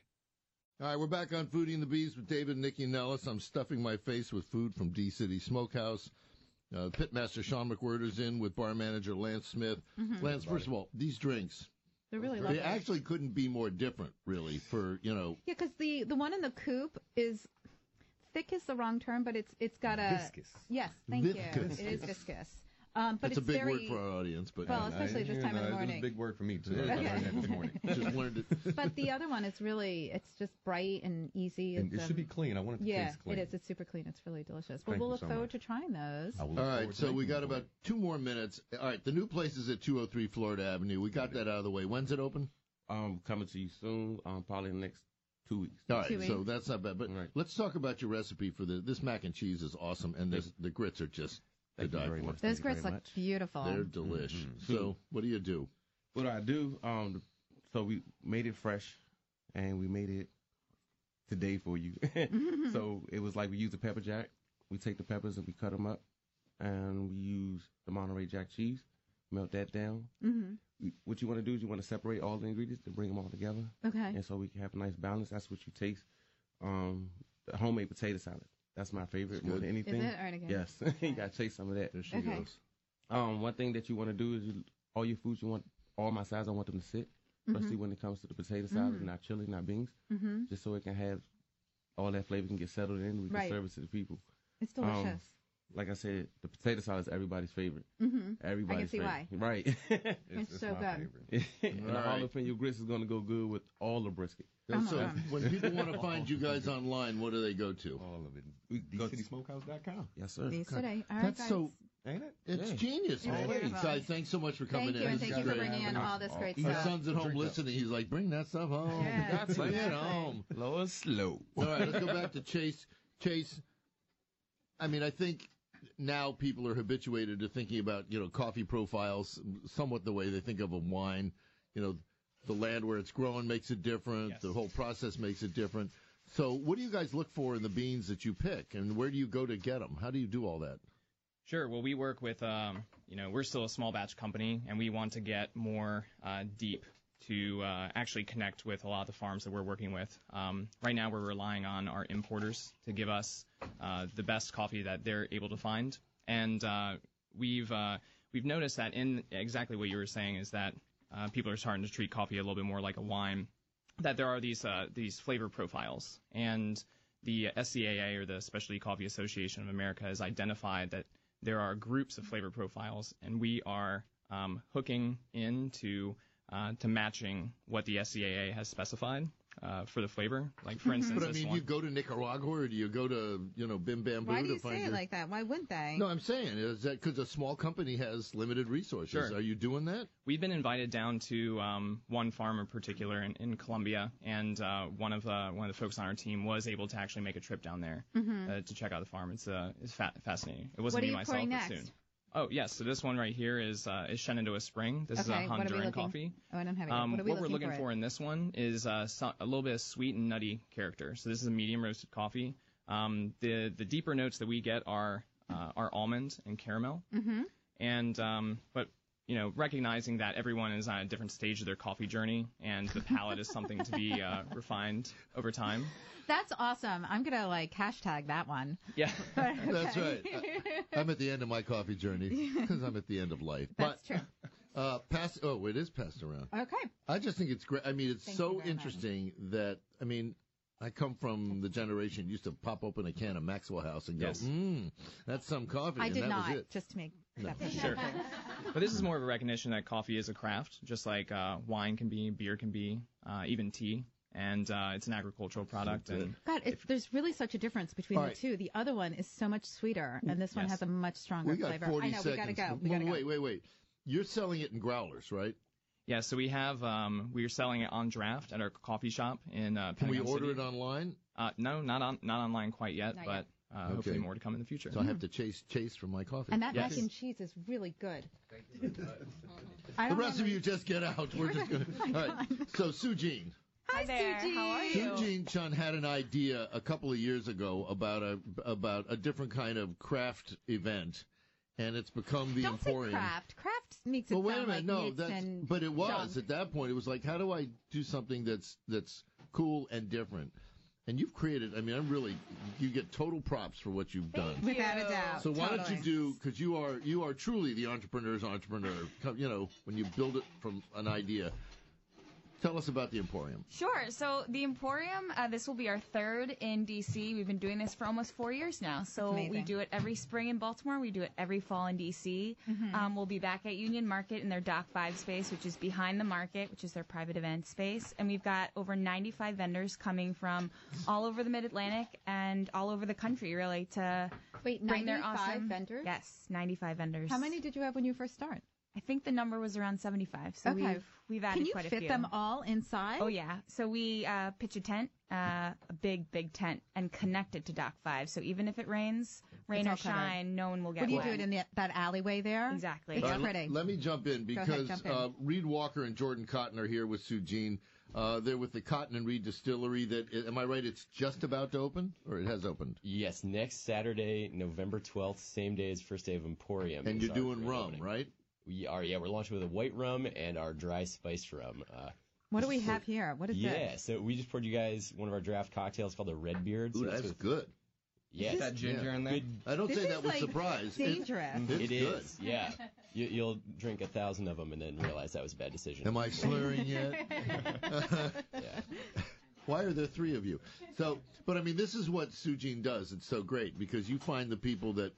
Speaker 1: All right, we're back on Foodie and the Bees with David and Nikki Nellis. I'm stuffing my face with food from D City Smokehouse. Uh, Pitmaster Sean McWhirter's in with bar manager Lance Smith.
Speaker 2: Mhm.
Speaker 1: Lance, first of all, these drinks,
Speaker 2: They're really lovely.
Speaker 1: they actually couldn't be more different, really, for, you know,
Speaker 2: Yeah, because the the one in the coupe is thick is the wrong term, but it's it's got a
Speaker 1: Viscous.
Speaker 2: Yes, thank
Speaker 1: Viscous.
Speaker 2: you. It is viscous. Um, but
Speaker 1: that's a
Speaker 2: it's
Speaker 1: big
Speaker 2: very,
Speaker 1: word for our audience. But
Speaker 2: well, especially this time of the
Speaker 6: It was a
Speaker 2: morning.
Speaker 6: big word for me, too. I
Speaker 1: Yeah.
Speaker 6: learned that this morning.
Speaker 1: Just learned it.
Speaker 2: but the other one is really it's just bright and easy.
Speaker 6: And
Speaker 2: It's,
Speaker 6: it should be
Speaker 2: um,
Speaker 6: clean. I want it to
Speaker 2: Yeah,
Speaker 6: taste clean.
Speaker 2: it is. It's super clean. It's really delicious. Well,
Speaker 6: Thank
Speaker 2: we'll
Speaker 6: you
Speaker 2: look
Speaker 6: so
Speaker 2: forward
Speaker 6: much.
Speaker 2: to trying those.
Speaker 6: I will look
Speaker 1: All right,
Speaker 6: forward to
Speaker 1: so we
Speaker 6: making
Speaker 1: got
Speaker 6: it for
Speaker 1: about
Speaker 6: you.
Speaker 1: two more minutes. All right, the new place is at 203 Florida Avenue. We got that out of the way. When's it open?
Speaker 5: Um, coming to you soon. Um, probably in the next two weeks.
Speaker 1: All right,
Speaker 2: Two
Speaker 1: so
Speaker 2: weeks.
Speaker 1: that's not bad. But
Speaker 5: Right.
Speaker 1: let's talk about your recipe for the this mac and cheese is awesome, and this, the grits are just to
Speaker 5: Thank you
Speaker 1: die
Speaker 5: very
Speaker 1: for.
Speaker 5: much.
Speaker 2: Those
Speaker 5: Thank you
Speaker 2: grits
Speaker 5: very
Speaker 2: look
Speaker 5: much.
Speaker 2: beautiful.
Speaker 1: They're delish.
Speaker 5: Mhm.
Speaker 1: So what do you do?
Speaker 5: What I do, um, so we made it fresh, and we made it today for you. so it was like we used a pepper jack. We take the peppers and we cut them up, and we use the Monterey Jack cheese. Melt that down.
Speaker 2: hmm
Speaker 5: We- What you want to do is you want to separate all the ingredients and bring them all together,
Speaker 2: Okay.
Speaker 5: and so we can have a nice balance. That's what you taste. Um, the homemade potato salad. That's my favorite
Speaker 1: It's
Speaker 5: more
Speaker 1: good.
Speaker 5: than
Speaker 2: Is
Speaker 5: anything.
Speaker 2: it? All right, again.
Speaker 5: Yes, you gotta taste some of that.
Speaker 1: There she
Speaker 2: Okay.
Speaker 1: goes.
Speaker 5: Um, one thing that you want to do is you, all your foods you want, all my sides, I want them to sit, especially when it comes to the potato salad,
Speaker 2: Mm-hmm. Mm.
Speaker 5: not chili, not beans,
Speaker 2: hmm
Speaker 5: just so it can have all that flavor can get settled in. We can
Speaker 2: Right.
Speaker 5: serve it to the people. Um,
Speaker 2: It's delicious.
Speaker 1: Oh,
Speaker 5: Like I said, the potato salad is everybody's favorite.
Speaker 2: hmm
Speaker 5: Everybody's
Speaker 2: see
Speaker 5: favorite.
Speaker 2: why.
Speaker 5: Right.
Speaker 2: It's
Speaker 6: it's
Speaker 2: so
Speaker 6: my
Speaker 2: good.
Speaker 6: favorite.
Speaker 5: and the
Speaker 1: All right.
Speaker 5: jalapeno grits is gonna go good with all the brisket.
Speaker 2: Come
Speaker 1: so
Speaker 2: on.
Speaker 1: when people want to find you guys online, what do they go to?
Speaker 6: All of it.
Speaker 5: We go to-
Speaker 6: DCitysmokehouse.com.
Speaker 5: Yes, sir.
Speaker 2: These today. All right,
Speaker 1: That's
Speaker 2: guys.
Speaker 1: so
Speaker 6: Ain't it?
Speaker 1: it's
Speaker 5: Yeah.
Speaker 1: genius.
Speaker 2: It's
Speaker 1: man.
Speaker 2: beautiful.
Speaker 1: Guys, thanks so much for coming
Speaker 2: Thank
Speaker 1: in.
Speaker 2: you, and
Speaker 1: This
Speaker 2: thank
Speaker 1: is
Speaker 2: you for
Speaker 1: great.
Speaker 2: bringing in all this great
Speaker 1: My
Speaker 2: stuff.
Speaker 1: son's at home
Speaker 6: Drink up.
Speaker 1: listening. He's like, "Bring that stuff home.
Speaker 2: Yeah,
Speaker 1: Bring it
Speaker 2: exactly.
Speaker 1: home."
Speaker 5: Low and slow.
Speaker 1: All right, let's go back to Chase. Chase, I mean, I think now people are habituated to thinking about, you know, coffee profiles somewhat the way they think of a wine. You know, the land where it's grown makes it different,
Speaker 4: Yes.
Speaker 1: the whole process makes it different. So, what do you guys look for in the beans that you pick, and where do you go to get them? How do you do all that?
Speaker 4: Sure. Well, we work with, um, you know, we're still a small batch company, and we want to get more uh, deep to uh, actually connect with a lot of the farms that we're working with. Um, right now, we're relying on our importers to give us uh, the best coffee that they're able to find, and uh, we've uh, we've noticed that in exactly what you were saying is that uh, people are starting to treat coffee a little bit more like a wine. That there are these uh, these flavor profiles, and the SCAA or the Specialty Coffee Association of America has identified that there are groups of flavor profiles, and we are um, hooking into uh, to matching what the SCAA has specified uh, for the flavor. Like
Speaker 2: Mm-hmm.
Speaker 4: for instance,
Speaker 1: But I
Speaker 4: this
Speaker 1: mean,
Speaker 4: one-
Speaker 1: you go to Nicaragua, or do you go to, you know, Bim Bamboo
Speaker 2: Why do
Speaker 1: to
Speaker 2: you
Speaker 1: find
Speaker 2: say it
Speaker 1: your-
Speaker 2: like that? Why wouldn't they?
Speaker 1: No, I'm saying is that because a small company has limited resources.
Speaker 4: Sure.
Speaker 1: Are you doing that?
Speaker 4: we've been invited down to um, one farm in particular in, in Colombia, and uh, one of uh, one of the folks on our team was able to actually make a trip down there uh, to check out the farm. It's uh, it's fa- fascinating. It wasn't
Speaker 2: Mm-hmm. What are
Speaker 4: me
Speaker 2: you pouring
Speaker 4: myself, but
Speaker 2: next?
Speaker 4: soon. Oh yes, so this one right here is uh, is Shenandoah Spring. This
Speaker 2: okay,
Speaker 4: is a
Speaker 2: what are we
Speaker 4: Honduran
Speaker 2: looking?
Speaker 4: coffee.
Speaker 2: Oh, I don't have it. yet.
Speaker 4: Um,
Speaker 2: what are we
Speaker 4: we're looking
Speaker 2: for?
Speaker 4: in this one is uh, so, a little bit of sweet and nutty character. So this is a medium roasted coffee. Um, the the deeper notes that we get are uh, are almond and caramel.
Speaker 2: Mhm.
Speaker 4: And um, but you know recognizing that everyone is on a different stage of their coffee journey, and the palate is something to be uh, refined over time.
Speaker 2: That's awesome. I'm gonna like hashtag that one.
Speaker 4: Yeah.
Speaker 1: That's right. I, am at the end of my coffee journey because I'm at the end of life.
Speaker 2: That's
Speaker 1: but
Speaker 2: true.
Speaker 1: uh, pass. Oh, it is passed around.
Speaker 2: Okay.
Speaker 1: I just think it's great. I mean, it's
Speaker 2: Thank you
Speaker 1: so
Speaker 2: very much.
Speaker 1: interesting that I mean, I come from the generation used to pop open a can of Maxwell House and go,
Speaker 4: Yes.
Speaker 1: "Mmm, that's some coffee,"
Speaker 2: I
Speaker 1: and
Speaker 2: did
Speaker 1: that
Speaker 2: not
Speaker 1: was it.
Speaker 2: just to make that point.
Speaker 4: Sure. But this is more of a recognition that coffee is a craft, just like uh, wine can be, beer can be, uh, even tea. And uh, it's an agricultural product. And
Speaker 2: God, it, there's really such a difference between
Speaker 1: All
Speaker 2: the
Speaker 1: right. Mm.
Speaker 2: two. The other one is so much sweeter, and this one
Speaker 4: Yes.
Speaker 2: has a much stronger
Speaker 1: We got
Speaker 2: flavor.
Speaker 1: 40
Speaker 2: I know
Speaker 1: seconds.
Speaker 2: we gotta go. We gotta
Speaker 1: wait,
Speaker 2: go.
Speaker 1: wait, wait. You're selling it in growlers, right?
Speaker 4: Yeah, so we have um, we are selling it on draft at our coffee shop in uh,
Speaker 1: Can we
Speaker 4: Pentagon
Speaker 1: order
Speaker 4: City.
Speaker 1: it online?
Speaker 4: Uh, no, not on not online quite yet,
Speaker 2: Not
Speaker 4: but
Speaker 2: yet.
Speaker 4: uh,
Speaker 1: Okay.
Speaker 4: hopefully more to come in the future.
Speaker 1: So I have to chase Chase for my coffee.
Speaker 2: And that
Speaker 4: Yes.
Speaker 2: mac and cheese is really good. I
Speaker 1: the
Speaker 2: don't Oh
Speaker 1: rest
Speaker 2: have
Speaker 1: of you just get out. We're just gonna. All right. So Sue Jean,
Speaker 2: Hi,
Speaker 11: there.
Speaker 2: Suji.
Speaker 11: How are
Speaker 1: Sue
Speaker 11: you?
Speaker 1: Jean Chun had an idea a couple of years ago about a about a different kind of craft event, and it's become the
Speaker 2: Don't
Speaker 1: Emporium.
Speaker 2: say craft. Craft makes it
Speaker 1: Well, wait a
Speaker 2: sound like
Speaker 1: minute. no,
Speaker 2: knits
Speaker 1: that's
Speaker 2: and
Speaker 1: but it was
Speaker 2: junk.
Speaker 1: at that point. It was like, how do I do something that's that's cool and different? And you've created. I mean, I'm really. You get total props for what you've done.
Speaker 11: you.
Speaker 2: Without a doubt.
Speaker 1: So why don't
Speaker 2: Totally.
Speaker 1: you do? Because you are you are truly the entrepreneur's entrepreneur. Come- You know, when you build it from an idea. Tell us about the Emporium.
Speaker 11: Sure. So the Emporium, uh, this will be our third in DC. We've been doing this for almost four years now. So
Speaker 2: Amazing.
Speaker 11: we do it every spring in Baltimore. We do it every fall in DC.
Speaker 2: Mm-hmm.
Speaker 11: Um, we'll be back at Union Market in their Dock Five space, which is behind the market, which is their private event space. And we've got over 95 vendors coming from all over the Mid Atlantic and all over the country, really, to
Speaker 2: Wait,
Speaker 11: bring their
Speaker 2: 95
Speaker 11: awesome
Speaker 2: vendors?
Speaker 11: Yes, 95 vendors.
Speaker 2: How many did you have when you first started?
Speaker 11: I think the number was around 75. So
Speaker 2: Okay.
Speaker 11: we've we've added
Speaker 2: Can you
Speaker 11: quite a
Speaker 2: fit
Speaker 11: few.
Speaker 2: them all inside?
Speaker 11: Oh yeah. So we uh, pitch a tent, uh, a big, big tent, and connect it to Dock Five. So even if it rains, rain
Speaker 2: all
Speaker 11: or
Speaker 2: covered.
Speaker 11: shine, no one will get
Speaker 2: What do you
Speaker 11: wet.
Speaker 2: do it in the, that alleyway there?
Speaker 11: Exactly.
Speaker 2: It's
Speaker 11: All
Speaker 1: All right,
Speaker 2: pretty.
Speaker 1: l- Let me jump in
Speaker 2: ahead,
Speaker 1: because
Speaker 2: jump in.
Speaker 1: Uh, Reed Walker and Jordan Cotton are here with Sue Jean. Uh, they're with the Cotton and Reed Distillery. That am I right? It's just about to open, or it has opened.
Speaker 12: Yes, next Saturday, November 12th, same day as first day of Emporium. is
Speaker 1: And you're
Speaker 12: our
Speaker 1: doing
Speaker 12: grand
Speaker 1: rum,
Speaker 12: opening.
Speaker 1: right?
Speaker 12: We are, yeah, we're launching with a white rum and our dry spiced rum. Uh,
Speaker 2: what do we have here? What is
Speaker 12: yeah,
Speaker 2: this?
Speaker 12: so we just poured you guys one of our draft cocktails called a Red Beard.
Speaker 1: Ooh,
Speaker 12: so it's
Speaker 1: that's
Speaker 12: with-
Speaker 1: good.
Speaker 12: Yeah,
Speaker 6: That ginger in there.
Speaker 12: good.
Speaker 1: I don't
Speaker 2: This
Speaker 1: say
Speaker 2: is
Speaker 1: that with
Speaker 2: like
Speaker 1: surprise. It-
Speaker 2: dangerous.
Speaker 1: it's
Speaker 12: It
Speaker 1: good.
Speaker 12: is, yeah. You, you'll drink a thousand of them and then realize that was a bad decision.
Speaker 1: Am I slurring yet?
Speaker 12: Yeah.
Speaker 1: Why are there three of you? So, but I mean, this is what Sujin does. It's so great because you find the people that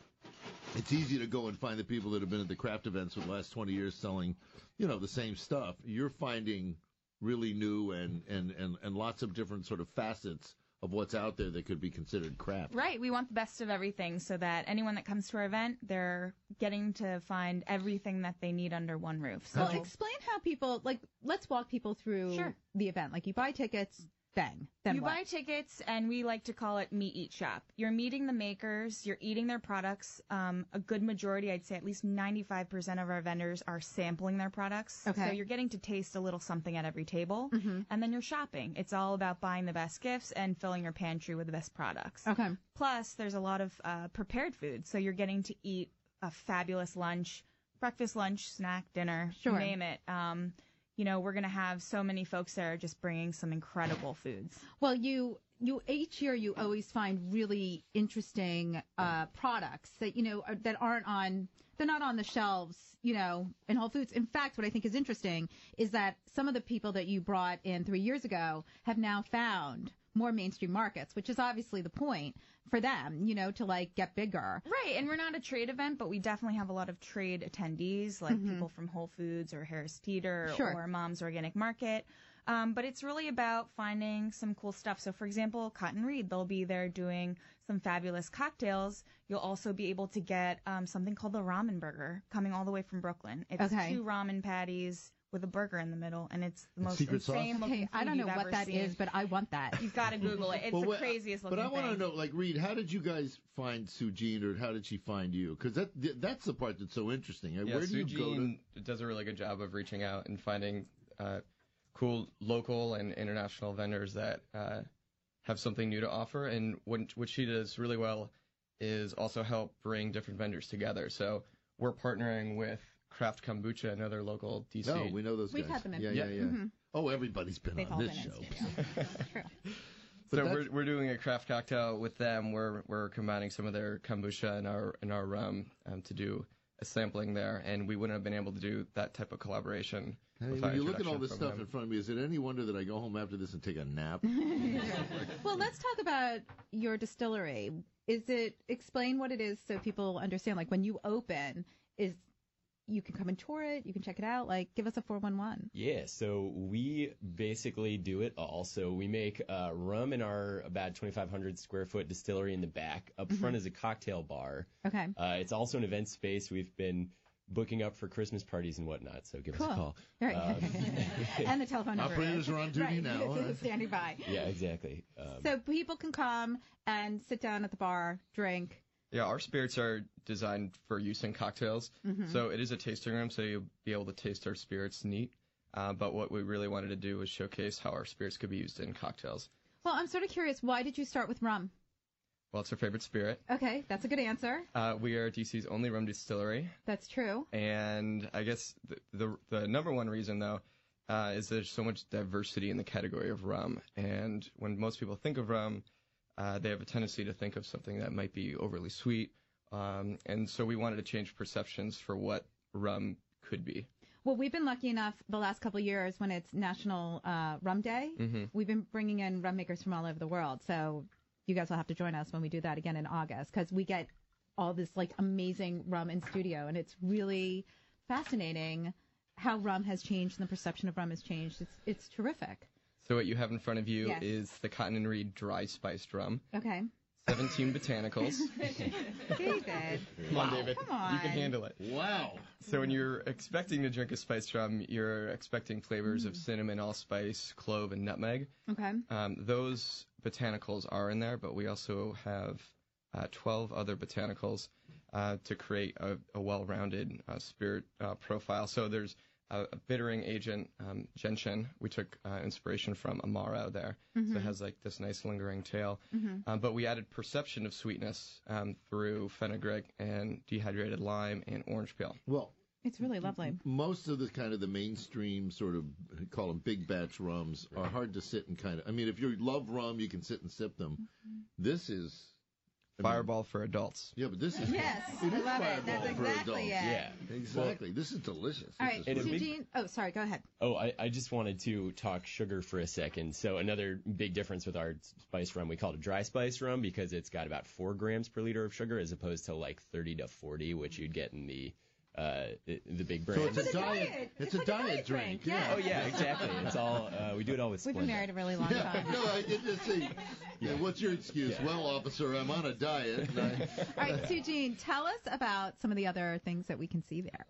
Speaker 1: it's easy to go and find the people that have been at the craft events for the last 20 years selling, you know, the same stuff. You're finding really new and, and, and, and lots of different sort of facets of what's out there that could be considered craft.
Speaker 11: Right. We want the best of everything, so that anyone that comes to our event, they're getting to find everything that they need under one roof. So
Speaker 2: Well, explain how people like. Let's walk people through
Speaker 11: Sure.
Speaker 2: the event. Like you buy tickets, then then
Speaker 11: you
Speaker 2: what?
Speaker 11: buy tickets, and we like to call it meet eat shop. You're meeting the makers, you're eating their products. Um, a good majority, I'd say at least 95% of our vendors are sampling their products. So
Speaker 2: Okay. Mm-hmm.
Speaker 11: you're getting to taste a little something at every table, and then you're shopping. It's all about buying the best gifts and filling your pantry with the best products.
Speaker 2: okay.
Speaker 11: Plus, there's a lot of uh, prepared food, so you're getting to eat a fabulous lunch, breakfast, lunch, snack, dinner,
Speaker 2: Sure.
Speaker 11: name it. Um, you know, we're gonna have so many folks there just bringing some incredible foods.
Speaker 2: Well, you you each year you always find really interesting uh, products that you know are, that aren't on they're not on the shelves, you know, in Whole Foods. In fact, what I think is interesting is that some of the people that you brought in three years ago have now found more mainstream markets, which is obviously the point for them, you know, to like get bigger.
Speaker 11: Right, and we're not a trade event, but we definitely have a lot of trade attendees, like people from Whole Foods or Harris Teeter
Speaker 2: Mm-hmm. Sure.
Speaker 11: or Mom's Organic Market. Um, but it's really about finding some cool stuff. So, for example, Cotton Reed, they'll be there doing some fabulous cocktails. You'll also be able to get um, something called the ramen burger coming all the way from Brooklyn. It's
Speaker 2: Okay.
Speaker 11: two ramen patties with a burger in the middle, and it's the most
Speaker 1: secret sauce?
Speaker 11: insane looking
Speaker 2: Okay, I
Speaker 11: food
Speaker 2: don't know
Speaker 11: you've
Speaker 2: what
Speaker 11: ever
Speaker 2: that
Speaker 11: seen.
Speaker 2: is, but I want that.
Speaker 11: You've got to Google it. It's
Speaker 1: Well,
Speaker 11: the
Speaker 1: what- uh,
Speaker 11: craziest
Speaker 1: But
Speaker 11: looking
Speaker 1: I want
Speaker 11: thing.
Speaker 1: to know, like, Reed, how did you guys find Sue Jean, or how did she find you? Because that that's the part that's so interesting.
Speaker 13: Yeah,
Speaker 1: Where do you
Speaker 13: Sujin
Speaker 1: go to?
Speaker 13: does a really good job of reaching out and finding uh, cool local and international vendors that uh, have something new to offer. And what, what she does really well is also help bring different vendors together. So we're partnering with Craft Kombucha, another local DC.
Speaker 1: No, we know those
Speaker 2: We've
Speaker 1: guys.
Speaker 2: had them in. Mm-hmm.
Speaker 1: Yeah, yeah, yeah.
Speaker 13: Yeah.
Speaker 1: Oh, everybody's been
Speaker 2: They've all
Speaker 1: on this
Speaker 2: been in
Speaker 1: show.
Speaker 2: studio.
Speaker 1: But
Speaker 13: so
Speaker 1: that's-
Speaker 13: we're, we're doing a craft cocktail with them. We're we're combining some of their kombucha and our and our rum um, to do a sampling there, and we wouldn't have been able to do that type of collaboration.
Speaker 1: Hey,
Speaker 13: without
Speaker 1: when you look at all
Speaker 13: introduction
Speaker 1: this
Speaker 13: from
Speaker 1: stuff
Speaker 13: them.
Speaker 1: in front of me, is it any wonder that I go home after this and take a nap?
Speaker 2: Well, let's talk about your distillery. Is it explain what it is so people understand? Like when you open, is you can come and tour it, you can check it out. Like give us a four one one.
Speaker 12: Yeah, so we basically do it all. So we make uh, rum in our about 2,500 square foot
Speaker 2: Mm-hmm.
Speaker 12: distillery in the back. Up front is a cocktail bar.
Speaker 2: Okay.
Speaker 12: Uh, it's also an event space. We've been booking up for Christmas parties and whatnot. So give us a call.
Speaker 2: Right.
Speaker 12: Um,
Speaker 2: and the telephone number.
Speaker 1: Operators
Speaker 2: is-
Speaker 1: are on duty
Speaker 2: right,
Speaker 1: now.
Speaker 2: this is Standing by.
Speaker 12: yeah, exactly.
Speaker 13: Um,
Speaker 2: So people can come and sit down at the bar, drink.
Speaker 13: Yeah, our spirits are designed for use in cocktails.
Speaker 2: Mhm.
Speaker 13: So it is a tasting room, so you'll be able to taste our spirits neat. Uh, but what we really wanted to do was showcase how our spirits could be used in cocktails.
Speaker 2: Well, I'm sort of curious. Why did you start with rum?
Speaker 13: Well, it's our favorite spirit.
Speaker 2: Okay, that's a good answer.
Speaker 13: Uh, we are DC's only rum distillery,
Speaker 2: That's true.
Speaker 13: and I guess the the, the number one reason though uh, is there's so much diversity in the category of rum, and when most people think of rum, uh, they have a tendency to think of something that might be overly sweet, um, and so we wanted to change perceptions for what rum could be.
Speaker 2: Well, we've been lucky enough the last couple of years when it's National uh, Rum Day,
Speaker 13: Mhm.
Speaker 2: we've been bringing in rum makers from all over the world. So you guys will have to join us when we do that again in August because we get all this like amazing rum in studio, and it's really fascinating how rum has changed and the perception of rum has changed. It's it's terrific.
Speaker 13: So what you have in front of you
Speaker 2: Yes.
Speaker 13: is the Cotton and Reed Dry Spiced Rum,
Speaker 2: Okay,
Speaker 13: 17 botanicals.
Speaker 2: David.
Speaker 13: Come on, David.
Speaker 2: Come on.
Speaker 13: You can handle it.
Speaker 1: Wow.
Speaker 13: So when you're expecting to drink a spiced rum, you're expecting flavors of
Speaker 2: Mm.
Speaker 13: cinnamon, allspice, clove, and nutmeg.
Speaker 2: Okay.
Speaker 13: Um, those botanicals are in there, but we also have uh, 12 other botanicals uh, to create a, a well-rounded uh, spirit uh, profile. So there's a, a bittering agent, um, gentian. We took uh, inspiration from Amaro there. So
Speaker 14: Mhm.
Speaker 2: Mm-hmm.
Speaker 13: it has like this nice lingering tail.
Speaker 3: Mm-hmm.
Speaker 14: Mhm.
Speaker 13: Um, but we added perception of sweetness um, through fenugreek and dehydrated lime and orange peel.
Speaker 1: Well,
Speaker 2: It's really lovely.
Speaker 1: Most of the kind of the mainstream sort of call them big batch rums are hard to sit and kind of. I mean, if you love rum, you can sit and sip them. This is
Speaker 13: fireball for adults.
Speaker 1: Yeah, but this is
Speaker 2: Yes,
Speaker 1: It
Speaker 2: I
Speaker 1: is
Speaker 2: love it.
Speaker 1: fireball
Speaker 2: That's
Speaker 1: for
Speaker 2: exactly it.
Speaker 1: adults. exactly. this is delicious.
Speaker 2: All right,
Speaker 12: And a big-
Speaker 2: Eugene. Oh, sorry. Go ahead.
Speaker 12: Oh, I, I just wanted to talk sugar for a second. So another big difference with our spice rum, we call it a dry spice rum because it's got about four grams per liter of sugar as opposed to like 30 to 40, which you'd get in the uh, the big
Speaker 1: So
Speaker 12: brands.
Speaker 1: it's a diet. It's, a diet, drink. Yeah.
Speaker 12: Oh yeah, exactly. It's all uh, we do it all with.
Speaker 2: We've been
Speaker 12: Splenda.
Speaker 2: married a really long
Speaker 1: Yeah,
Speaker 2: time.
Speaker 1: no, I did just see. Yeah, what's your excuse?
Speaker 12: Yeah.
Speaker 1: Well, officer, I'm on a diet. And I,
Speaker 2: All right, Sue Jean, tell us about some of the other things that we can see there.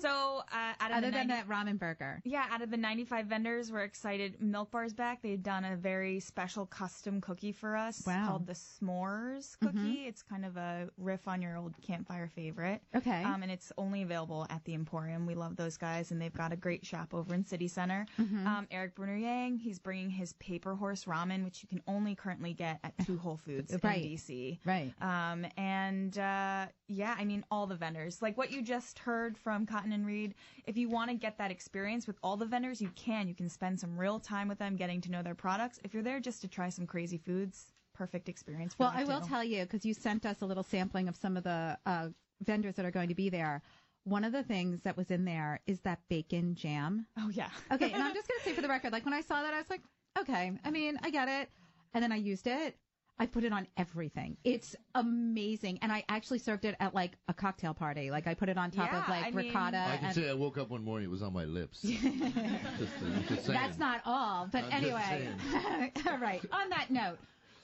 Speaker 11: So uh, out of
Speaker 2: Other
Speaker 11: the 90
Speaker 2: than that ramen burger.
Speaker 11: Yeah, out of the 95 vendors, we're excited. Milk Bar's back. They've done a very special custom cookie for us
Speaker 2: Wow. Mm-hmm.
Speaker 11: called the S'mores cookie. It's kind of a riff on your old campfire favorite.
Speaker 2: Okay.
Speaker 11: Um, and it's only available at the Emporium. We love those guys, and they've got a great shop over in City Center.
Speaker 2: Mhm.
Speaker 11: Um, Eric Bruner Yang, he's bringing his Paper Horse ramen, which you can only currently get at two Whole Foods
Speaker 2: Right.
Speaker 11: in DC.
Speaker 2: Right.
Speaker 11: Um, and uh, yeah, I mean, all the vendors. Like what you just heard from Cotton and Reed, if you want to get that experience with all the vendors, you can. You can spend some real time with them getting to know their products. If you're there just to try some crazy foods, perfect experience for
Speaker 2: Well,
Speaker 11: that
Speaker 2: I will
Speaker 11: too.
Speaker 2: tell you because you sent us a little sampling of some of the uh, vendors that are going to be there. One of the things that was in there is that bacon jam.
Speaker 11: Oh yeah.
Speaker 2: Okay, and I'm just gonna say for the record, like when I saw that, I was like, okay. I mean, I get it, and then I used it. I put it on everything. It's amazing, and I actually served it at like a cocktail party. Like I put it on top
Speaker 11: Yeah,
Speaker 2: of like
Speaker 11: I mean-
Speaker 2: ricotta.
Speaker 1: I can
Speaker 2: and
Speaker 1: say I woke up one morning, it was on my lips. just, uh, just saying.
Speaker 2: That's not all, but
Speaker 1: I'm just
Speaker 2: anyway. all right. On that note,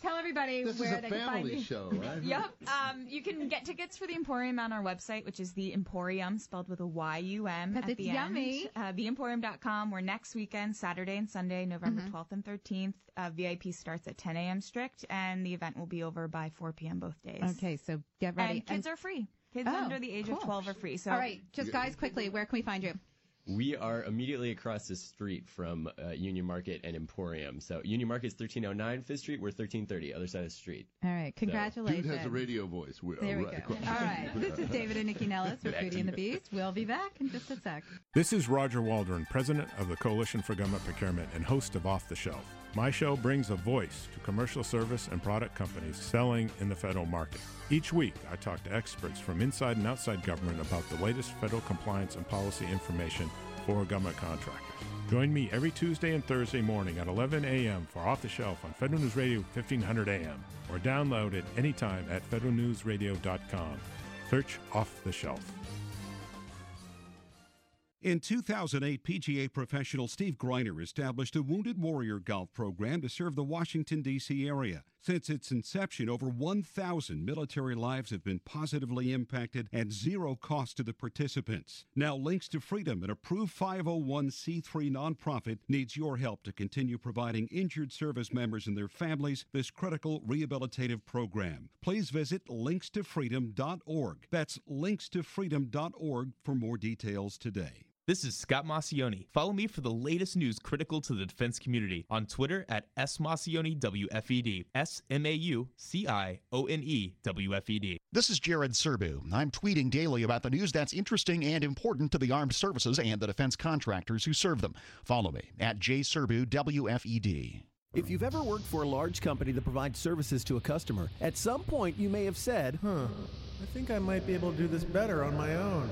Speaker 2: tell everybody
Speaker 1: This is
Speaker 2: where
Speaker 1: a
Speaker 2: they can find
Speaker 1: family
Speaker 2: you.
Speaker 1: show, right?
Speaker 11: Yep. Um, you can get tickets for the Emporium on our website, which is the Emporium, spelled with a Y U M
Speaker 2: 'Cause
Speaker 11: at
Speaker 2: it's
Speaker 11: the
Speaker 2: yummy.
Speaker 11: end. Uh, TheEmporium.com. We're next weekend, Saturday and Sunday, November
Speaker 2: Mhm.
Speaker 11: 12th and 13th. Uh, VIP starts at 10 a.m. strict, and the event will be over by 4 p.m. both days.
Speaker 2: Okay, so get ready.
Speaker 11: And kids are free. Kids
Speaker 2: Oh,
Speaker 11: under the age of
Speaker 2: cool.
Speaker 11: 12 are free. So
Speaker 2: all right, just guys, quickly, where can we find you?
Speaker 12: We are immediately across the street from uh, Union Market and Emporium. So Union Market's 1309 Fifth Street. We're 1330, other side of the street.
Speaker 2: All right, congratulations.
Speaker 1: Dude has a radio voice. We're uh,
Speaker 2: there we
Speaker 1: right
Speaker 2: go.
Speaker 1: across.
Speaker 2: All right, this is David and Nikki Nellis with
Speaker 15: Back to
Speaker 2: Beauty and the
Speaker 15: you.
Speaker 2: Beast. We'll be back in just a sec.
Speaker 15: This is Roger Waldron, president of the Coalition for Government Procurement and host of Off the Shelf. My show brings a voice to commercial service and product companies selling in the federal market. Each week, I talk to experts from inside and outside government about the latest federal compliance and policy information for government contractors. Join me every Tuesday and Thursday morning at 11 a.m. for Off the Shelf on Federal News Radio 1500 AM or download it anytime at federalnewsradio.com. Search Off the Shelf.
Speaker 10: In 2008, PGA professional Steve Greiner established a Wounded Warrior Golf program to serve the Washington, D.C. area. Since its inception, over 1,000 military lives have been positively impacted at zero cost to the participants. Now, Links to Freedom, an approved 501c3 nonprofit, needs your help to continue providing injured service members and their families this critical rehabilitative program. Please visit linkstofreedom.org. That's linkstofreedom.org for more details today.
Speaker 14: This is Scott Massioni. Follow me for the latest news critical to the defense community on Twitter at smassionewfed. E S M A U C I O N E W F E D.
Speaker 16: This is Jared Serbu. I'm tweeting daily about the news that's interesting and important to the armed services and the defense contractors who serve them. Follow me at jserbu WFED.
Speaker 17: If you've ever worked for a large company that provides services to a customer, at some point you may have said, huh, I think I might be able to do this better on my own.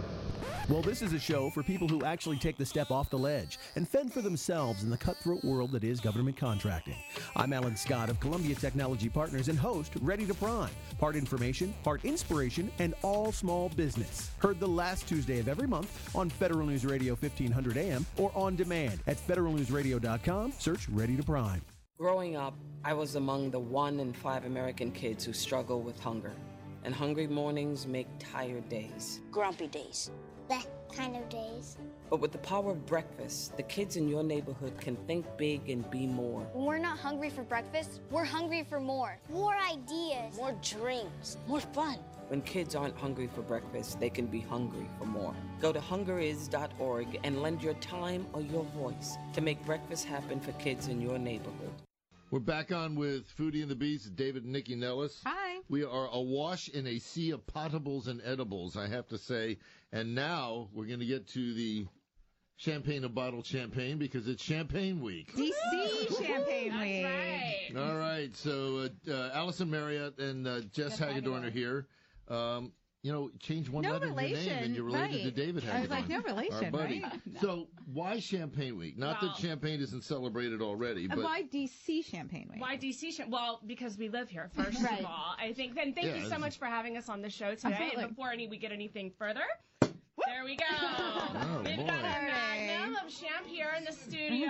Speaker 17: Well, this is a show for people who actually take the step off the ledge and fend for themselves in the cutthroat world that is government contracting. I'm Alan Scott of Columbia Technology Partners and host Ready to Prime. Part information, part inspiration, and all small business. Heard the last Tuesday of every month on Federal News Radio 1500 AM or on demand at federalnewsradio.com. Search Ready to Prime.
Speaker 18: Growing up, I was among the one in five American kids who struggle with hunger. And hungry mornings make tired days.
Speaker 19: grumpy days. That kind of days.
Speaker 18: But with the power of breakfast, the kids in your neighborhood can think big and be more.
Speaker 19: We're not hungry for breakfast. We're hungry for more. More ideas. More dreams. More fun.
Speaker 18: When kids aren't hungry for breakfast, they can be hungry for more. Go to hungeris.org and lend your time or your voice to make breakfast happen for kids in your neighborhood.
Speaker 1: We're back on with Foodie and the Beast, David and Nikki Nellis.
Speaker 2: Hi.
Speaker 1: We are awash in a sea of potables and edibles, I have to say. And now we're going to get to the champagne of bottled champagne because it's champagne week.
Speaker 2: DC Champagne Week.
Speaker 1: All right. So uh, uh, Allison Marriott and uh, Jess Hagedorn are here. Um, you know, change one
Speaker 2: No
Speaker 1: letter of your name
Speaker 2: relation,
Speaker 1: and you're related to
Speaker 2: right.
Speaker 1: David
Speaker 2: I was
Speaker 1: Hagedorn.
Speaker 2: like, no
Speaker 1: our
Speaker 2: relation,
Speaker 1: buddy.
Speaker 2: right?
Speaker 1: So why Champagne Week? Not
Speaker 20: Well-
Speaker 1: that champagne isn't celebrated already, but
Speaker 2: And why DC Champagne Week?
Speaker 20: Why DC? Sh- well, because we live here, first
Speaker 2: Right.
Speaker 20: of all. I think. Then thank
Speaker 1: Yeah,
Speaker 20: you
Speaker 1: this
Speaker 20: so
Speaker 1: is-
Speaker 20: much for having us on the show today.
Speaker 2: Absolutely.
Speaker 20: And before any we get anything further, there we go. We've
Speaker 1: Oh,
Speaker 20: got a magnum of champ here in the studio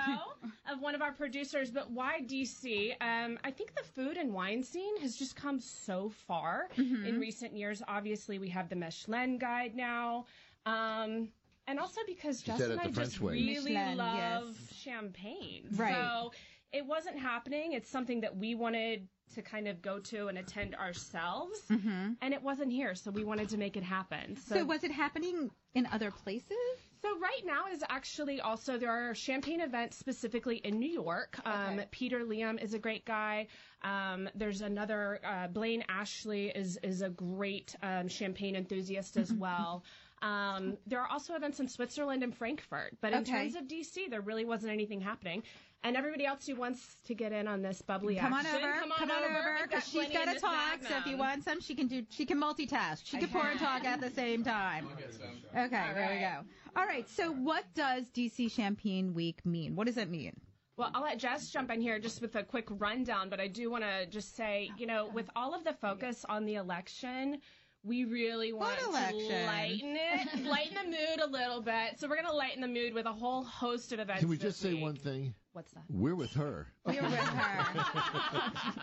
Speaker 20: of one of our producers. But why DC? Um, I think the food and wine scene has just come so far
Speaker 2: Mhm.
Speaker 20: in recent years. Obviously, we have the Michelin Guide now. Um, and also because
Speaker 1: She said
Speaker 20: Justin
Speaker 1: it
Speaker 20: and I
Speaker 1: the French
Speaker 20: just
Speaker 1: way.
Speaker 20: really
Speaker 2: Michelin,
Speaker 20: love
Speaker 2: yes.
Speaker 20: champagne.
Speaker 2: Right.
Speaker 20: So it wasn't happening. It's something that we wanted to kind of go to and attend ourselves.
Speaker 2: Mhm.
Speaker 20: And it wasn't here, so we wanted to make it happen. So,
Speaker 2: So, was it happening in other places?
Speaker 20: so right now is actually also there are champagne events specifically in New York. Um, Peter Liam is a great guy. Um, there's another uh, Blaine Ashley is is a great um, champagne enthusiast as well. Um, there are also events in Switzerland and Frankfurt, but in
Speaker 2: Okay.
Speaker 20: terms of DC, there really wasn't anything happening. And everybody else who wants to get in on this bubbly
Speaker 2: Come on
Speaker 20: action,
Speaker 2: over,
Speaker 20: come on over, We've got
Speaker 2: because she's
Speaker 20: plenty in
Speaker 2: gotta
Speaker 20: this
Speaker 2: talk. So if you
Speaker 20: magnum.
Speaker 2: want some, she can do. She can multitask. She
Speaker 20: I
Speaker 2: can pour and
Speaker 20: can.
Speaker 2: talk at the same time. Okay,
Speaker 20: All
Speaker 2: there we
Speaker 20: right.
Speaker 2: go. All right. So what does DC Champagne Week mean? What does it mean?
Speaker 20: Well, I'll let Jess jump in here just with a quick rundown, but I do want to just say, you know, with all of the focus on the election, we really want
Speaker 2: election?
Speaker 20: to lighten it, lighten the mood a little bit. So we're going to lighten the mood with a whole host of events.
Speaker 1: can we
Speaker 20: this
Speaker 1: just say
Speaker 20: week.
Speaker 1: one thing?
Speaker 20: What's that?
Speaker 1: We're with her.
Speaker 21: We're with her.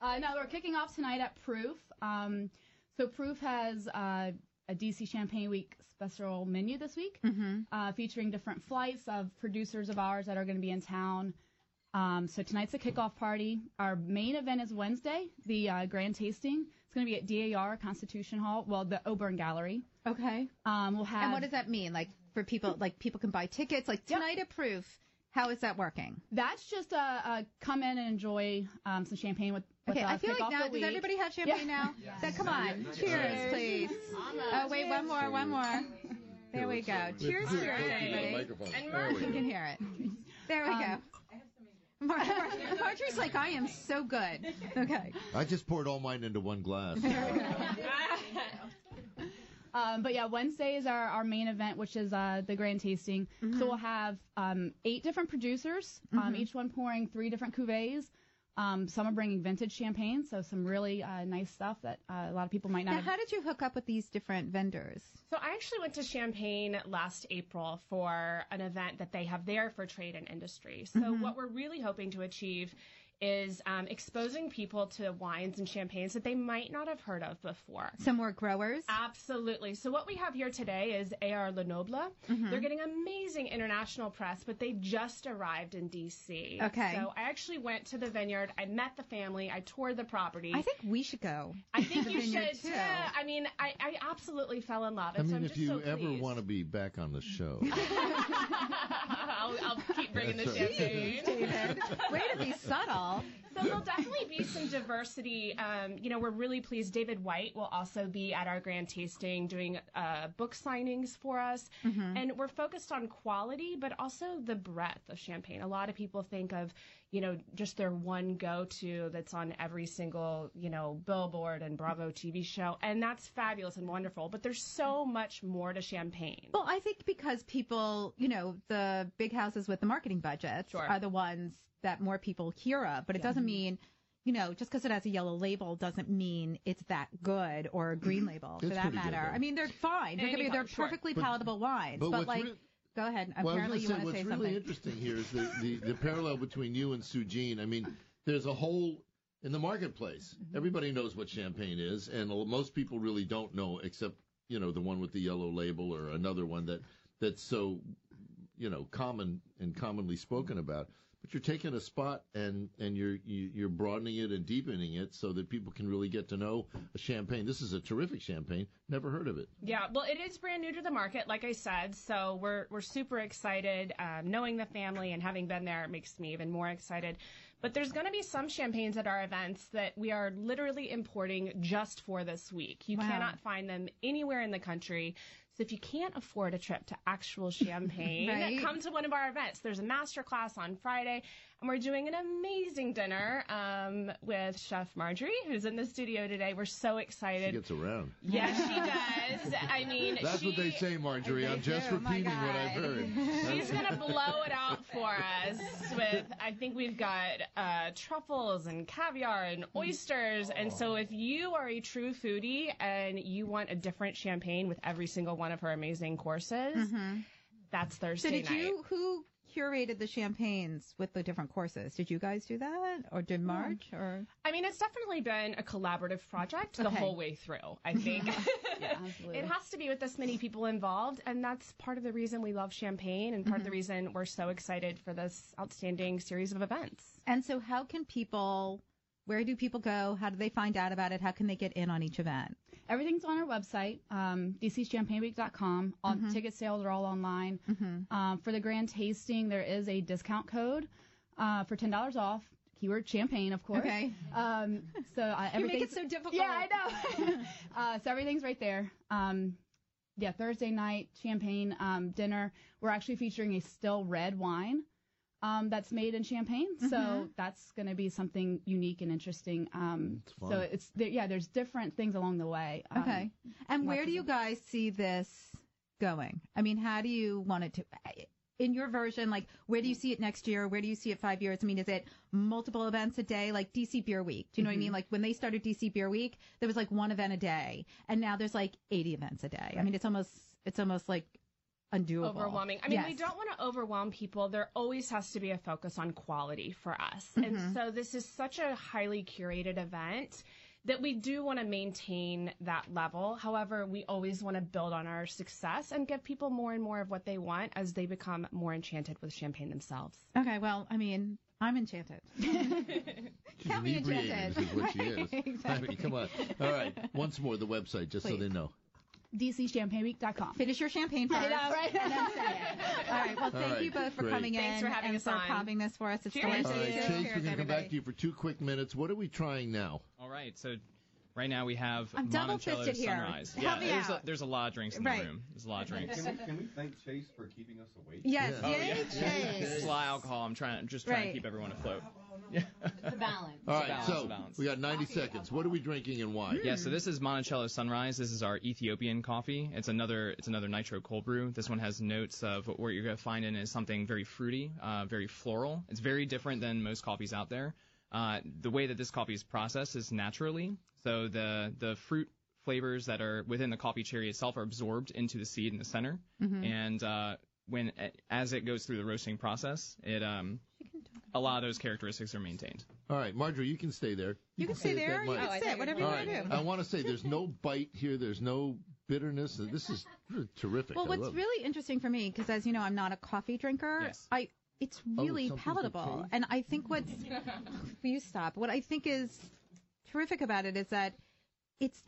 Speaker 21: uh, no, we're kicking off tonight at Proof. Um, so Proof has uh, a DC Champagne Week special menu this week, uh, featuring different flights of producers of ours that are going to be in town. Um, so tonight's a kickoff party. Our main event is Wednesday, the uh, grand tasting. It's going to be at DAR Constitution Hall, well, the Oburn Gallery.
Speaker 2: Okay.
Speaker 21: Um, we'll have.
Speaker 2: And what does that mean? Like for people, like people can buy tickets. Like tonight at Proof. How is that working?
Speaker 21: That's just uh, uh, come in and enjoy um, some champagne with, with
Speaker 2: Okay,
Speaker 21: us.
Speaker 2: I feel
Speaker 21: Kick
Speaker 2: like
Speaker 21: off
Speaker 2: now.
Speaker 21: the
Speaker 2: Does
Speaker 21: week.
Speaker 2: everybody have champagne
Speaker 21: Yeah.
Speaker 2: now? So come on, cheers, please. Oh wait, one more, one more. There we go. Cheers,
Speaker 1: Let's do it
Speaker 2: cheers,
Speaker 1: close to the
Speaker 2: everybody.
Speaker 1: microphone.
Speaker 2: And
Speaker 1: There we
Speaker 2: Mark, you
Speaker 1: go.
Speaker 2: can hear it. There we go. Mar- Mar- Marjorie's like, I am so good. Okay.
Speaker 1: I just poured all mine into one glass.
Speaker 21: Um, but yeah, Wednesday is our, our main event, which is uh, the grand tasting.
Speaker 2: Mm-hmm.
Speaker 21: So we'll have um, eight different producers, um,
Speaker 2: Mhm.
Speaker 21: each one pouring three different cuvées. Um, some are bringing vintage champagne, so some really uh, nice stuff that uh, a lot of people might not
Speaker 2: Now,
Speaker 21: have
Speaker 2: how did you hook up with these different vendors?
Speaker 20: So I actually went to Champagne last April for an event that they have there for trade and industry. So
Speaker 2: Mhm.
Speaker 20: what we're really hoping to achieve is um, exposing people to wines and champagnes that they might not have heard of before.
Speaker 2: Some more growers.
Speaker 20: Absolutely. So what we have here today is AR Lenoble.
Speaker 2: Mhm.
Speaker 20: They're getting amazing international press, but they just arrived in DC.
Speaker 2: Okay.
Speaker 20: So I actually went to the vineyard. I met the family. I toured the property.
Speaker 2: I think we should go.
Speaker 20: I think you
Speaker 2: vineyard,
Speaker 20: should
Speaker 2: too.
Speaker 20: too. I mean, I, I absolutely fell in love.
Speaker 1: I
Speaker 20: And so I'm
Speaker 1: mean, if
Speaker 20: just
Speaker 1: you
Speaker 20: so
Speaker 1: ever
Speaker 20: pleased.
Speaker 1: want to be back on the show,
Speaker 20: I'll, I'll keep bringing
Speaker 1: That's
Speaker 20: the
Speaker 1: right.
Speaker 20: champagne.
Speaker 2: Way to be subtle.
Speaker 20: So there'll definitely be some diversity. Um, you know, we're really pleased. David White will also be at our grand tasting doing uh, book signings for us.
Speaker 2: Mhm.
Speaker 20: And we're focused on quality, but also the breadth of champagne. A lot of people think of, you know, just their one go to that's on every single, you know, billboard and Bravo TV show. And that's fabulous and wonderful. But there's so much more to champagne.
Speaker 2: Well, I think because people, you know, the big houses with the marketing budgets
Speaker 20: Sure.
Speaker 2: are the ones that more people hear of, but it
Speaker 20: Yeah.
Speaker 2: doesn't mean, you know, just because it has a yellow label doesn't mean it's that good or a green label for
Speaker 1: It's
Speaker 2: that
Speaker 1: pretty good,
Speaker 2: matter.
Speaker 1: though.
Speaker 2: I mean, they're fine. They're,
Speaker 20: Any
Speaker 2: gonna be,
Speaker 20: color,
Speaker 2: they're
Speaker 20: sure.
Speaker 2: perfectly
Speaker 1: But-
Speaker 2: palatable wines,
Speaker 1: but
Speaker 2: but,
Speaker 1: what's
Speaker 2: like,
Speaker 1: re-
Speaker 2: go ahead.
Speaker 1: Well, I was
Speaker 2: Apparently, you
Speaker 1: gonna
Speaker 2: want to
Speaker 1: say,
Speaker 2: say
Speaker 1: what's
Speaker 2: something.
Speaker 1: really interesting here is the, the, the parallel between you and Sujin. I mean, there's a whole in the marketplace.
Speaker 2: Mm-hmm.
Speaker 1: Everybody knows what champagne is, and a- most people really don't know, except you know the one with the yellow label or another one that that's so you know common and commonly spoken about. But you're taking a spot and and you're you- you're broadening it and deepening it so that people can really get to know a champagne. This is a terrific champagne. Never heard of it.
Speaker 20: Yeah, well, it is brand new to the market, like I said. So we're we're super excited. Um, knowing the family and having been there makes me even more excited. But there's going to be some champagnes at our events that we are literally importing just for this week. You
Speaker 2: Wow.
Speaker 20: cannot find them anywhere in the country. So if you can't afford a trip to actual champagne,
Speaker 2: Right.
Speaker 20: come to one of our events. There's a master class on Friday, and we're doing an amazing dinner um, with Chef Marjorie, who's in the studio today. We're so
Speaker 1: She
Speaker 20: excited.
Speaker 1: gets around.
Speaker 20: Yeah, she does. I mean,
Speaker 1: That's
Speaker 20: she,
Speaker 1: what they say, Marjorie. I'm just
Speaker 20: do. Oh, my
Speaker 1: repeating what I've heard.
Speaker 20: She's gonna blow it out for us with. I think we've got uh, truffles and caviar and oysters. And so, if you are a true foodie and you want a different champagne with every single one of her amazing courses, that's
Speaker 2: Mm-hmm. So,
Speaker 20: Thursday
Speaker 2: did
Speaker 20: night.
Speaker 2: you, who curated the champagnes with the different courses? Did you guys do that? Or did March? Or
Speaker 20: I mean, it's definitely been a collaborative project the
Speaker 2: Okay.
Speaker 20: whole way through. I think.
Speaker 2: absolutely.
Speaker 20: It has to be with this many people involved, and that's part of the reason we love champagne and part of the
Speaker 2: Mm-hmm.
Speaker 20: reason we're so excited for this outstanding series of events.
Speaker 2: And so, how can people? Where do people go? How do they find out about it? How can they get in on each event?
Speaker 21: Everything's on our website, um, dcchampagneweek.com. All
Speaker 2: Mhm.
Speaker 21: ticket sales are all online.
Speaker 2: Mhm.
Speaker 21: Um, for the grand tasting, there is a discount code uh, for ten dollars off. Keyword champagne, of course.
Speaker 2: Okay.
Speaker 21: Um, so uh,
Speaker 2: You make
Speaker 21: everything's
Speaker 2: it so difficult.
Speaker 21: Yeah, I know. uh, so everything's right there. Um, yeah, Thursday night champagne um, dinner. We're actually featuring a still red wine um, that's made in Champagne. So
Speaker 2: Mhm.
Speaker 21: that's going to be something unique and interesting. Um,
Speaker 2: fun.
Speaker 21: so it's there, yeah, there's different things along the way. Um,
Speaker 2: Okay. and where
Speaker 21: lots
Speaker 2: do
Speaker 21: of
Speaker 2: you guys see this going? I mean, how do you want it to? In your version, like where do you see it next year? Where do you see it five years? I mean, is it multiple events a day, like DC Beer Week? Do you know what I mean?
Speaker 20: Mhm.
Speaker 2: Like when they started DC Beer Week, there was like one event a day, and now there's like 80 events a day. I mean, it's almost it's almost like undoable.
Speaker 20: Overwhelming. I mean, we
Speaker 2: Yes.
Speaker 20: don't want to overwhelm people. There always has to be a focus on quality for us.
Speaker 2: Mhm.
Speaker 20: And so this is such a highly curated event that we do want to maintain that level. However, we always want to build on our success and give people more and more of what they want as they become more enchanted with champagne themselves.
Speaker 2: Okay, well, I mean, I'm enchanted.
Speaker 1: She's
Speaker 2: Count me
Speaker 1: inebriated
Speaker 2: enchanted.
Speaker 1: is what she is.
Speaker 2: Right, exactly.
Speaker 1: I mean, come on. All right. Once more, the website, just so
Speaker 21: Please.
Speaker 1: they know.
Speaker 21: DCChampagneWeek.com.
Speaker 2: Finish your champagne first.
Speaker 21: I know, right?
Speaker 2: And then say it. All right. Well,
Speaker 1: All
Speaker 2: thank
Speaker 1: right,
Speaker 2: you both for
Speaker 1: great.
Speaker 2: coming in
Speaker 20: Thanks for having
Speaker 2: and
Speaker 20: us
Speaker 2: for
Speaker 20: on.
Speaker 2: popping this for us. It's
Speaker 1: All right,
Speaker 2: delicious.
Speaker 1: Chase, we're going to come
Speaker 2: everybody.
Speaker 1: back to you for two quick minutes. What are we trying now?
Speaker 4: All right, so right now we have
Speaker 2: I'm
Speaker 4: Monticello
Speaker 2: double-fisted here.
Speaker 4: Sunrise.
Speaker 2: Help
Speaker 4: yeah,
Speaker 2: me
Speaker 4: there's
Speaker 2: out.
Speaker 4: A, there's a lot of drinks in
Speaker 2: Right.
Speaker 4: the room. There's a lot of drinks.
Speaker 6: Can we, can we thank Chase for keeping us awake?
Speaker 2: Yes, Yeah. yay,
Speaker 4: This is a lot of alcohol. I'm trying, I'm just trying
Speaker 2: Right.
Speaker 4: to keep everyone afloat.
Speaker 3: The balance.
Speaker 1: All
Speaker 4: It's a
Speaker 1: right.
Speaker 4: balance,
Speaker 1: So
Speaker 4: a balance.
Speaker 1: we got 90 seconds. What are we drinking and why?
Speaker 4: Yeah, so this is Monticello Sunrise. This is our Ethiopian coffee. It's another it's another nitro cold brew. This one has notes of what you're gonna find in is something very fruity, uh, very floral. It's very different than most coffees out there. Uh, the way that this coffee is processed is naturally, so the the fruit flavors that are within the coffee cherry itself are absorbed into the seed in the center,
Speaker 2: Mhm.
Speaker 4: and uh, when as it goes through the roasting process, it um a lot of those characteristics are maintained.
Speaker 1: All right, Marjorie, you can stay there.
Speaker 2: You can stay
Speaker 1: at that
Speaker 2: there, you
Speaker 1: mic.
Speaker 2: can Oh, I sit, thought you whatever were you
Speaker 1: All
Speaker 2: wanna
Speaker 1: right,
Speaker 2: do.
Speaker 1: I want to say there's no bite here. There's no bitterness. This is terrific.
Speaker 2: Well,
Speaker 1: I love
Speaker 2: what's
Speaker 1: it.
Speaker 2: really interesting for me, because as you know, I'm not a coffee drinker.
Speaker 1: Yes.
Speaker 2: I it's
Speaker 1: Oh,
Speaker 2: really
Speaker 1: something for
Speaker 2: palatable,
Speaker 1: tea?
Speaker 2: and I think what's will you stop. What I think is terrific about it is that it's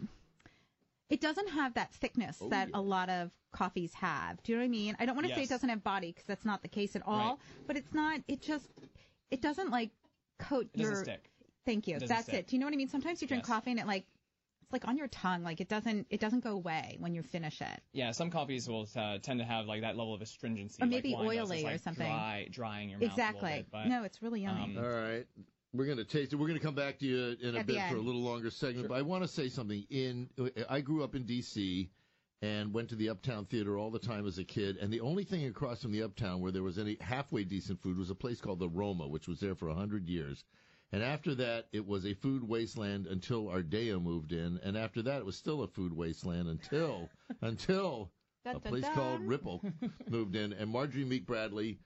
Speaker 2: it doesn't have that thickness
Speaker 7: Oh,
Speaker 2: that
Speaker 7: yeah.
Speaker 2: a lot of coffees have. Do you know what I mean? I don't want to say
Speaker 7: Yes.
Speaker 2: it doesn't have body because that's not the case at all. But it's not. It just it doesn't like coat
Speaker 7: It doesn't
Speaker 2: your.
Speaker 7: stick.
Speaker 2: Thank you.
Speaker 7: It doesn't
Speaker 2: That's
Speaker 7: stick.
Speaker 2: it. Do you know what I mean? Sometimes you drink
Speaker 4: Yes.
Speaker 2: coffee and it like it's like on your tongue. Like it doesn't it doesn't go away when you finish it.
Speaker 4: Yeah, some coffees will uh, tend to have like that level of astringency,
Speaker 2: Or
Speaker 4: like
Speaker 2: maybe
Speaker 4: wine does. It's,
Speaker 2: oily or
Speaker 4: like,
Speaker 2: something.
Speaker 4: dry, drying your mouth. a little
Speaker 2: Exactly.
Speaker 4: bit, but-
Speaker 2: no, it's really
Speaker 7: um,
Speaker 2: yummy.
Speaker 1: All right. We're going to taste it. We're going to come back to you in a
Speaker 2: At the
Speaker 1: bit for a
Speaker 2: end.
Speaker 1: little longer segment, but I want to say something. In I grew up in D.C. and went to the Uptown Theater all the time as a kid, and the only thing across from the Uptown where there was any halfway decent food was a place called the Roma, which was there for a hundred years. And after that, it was a food wasteland until Ardea moved in, and after that, it was still a food wasteland until until a place called Ripple moved in, and Marjorie Meek Bradley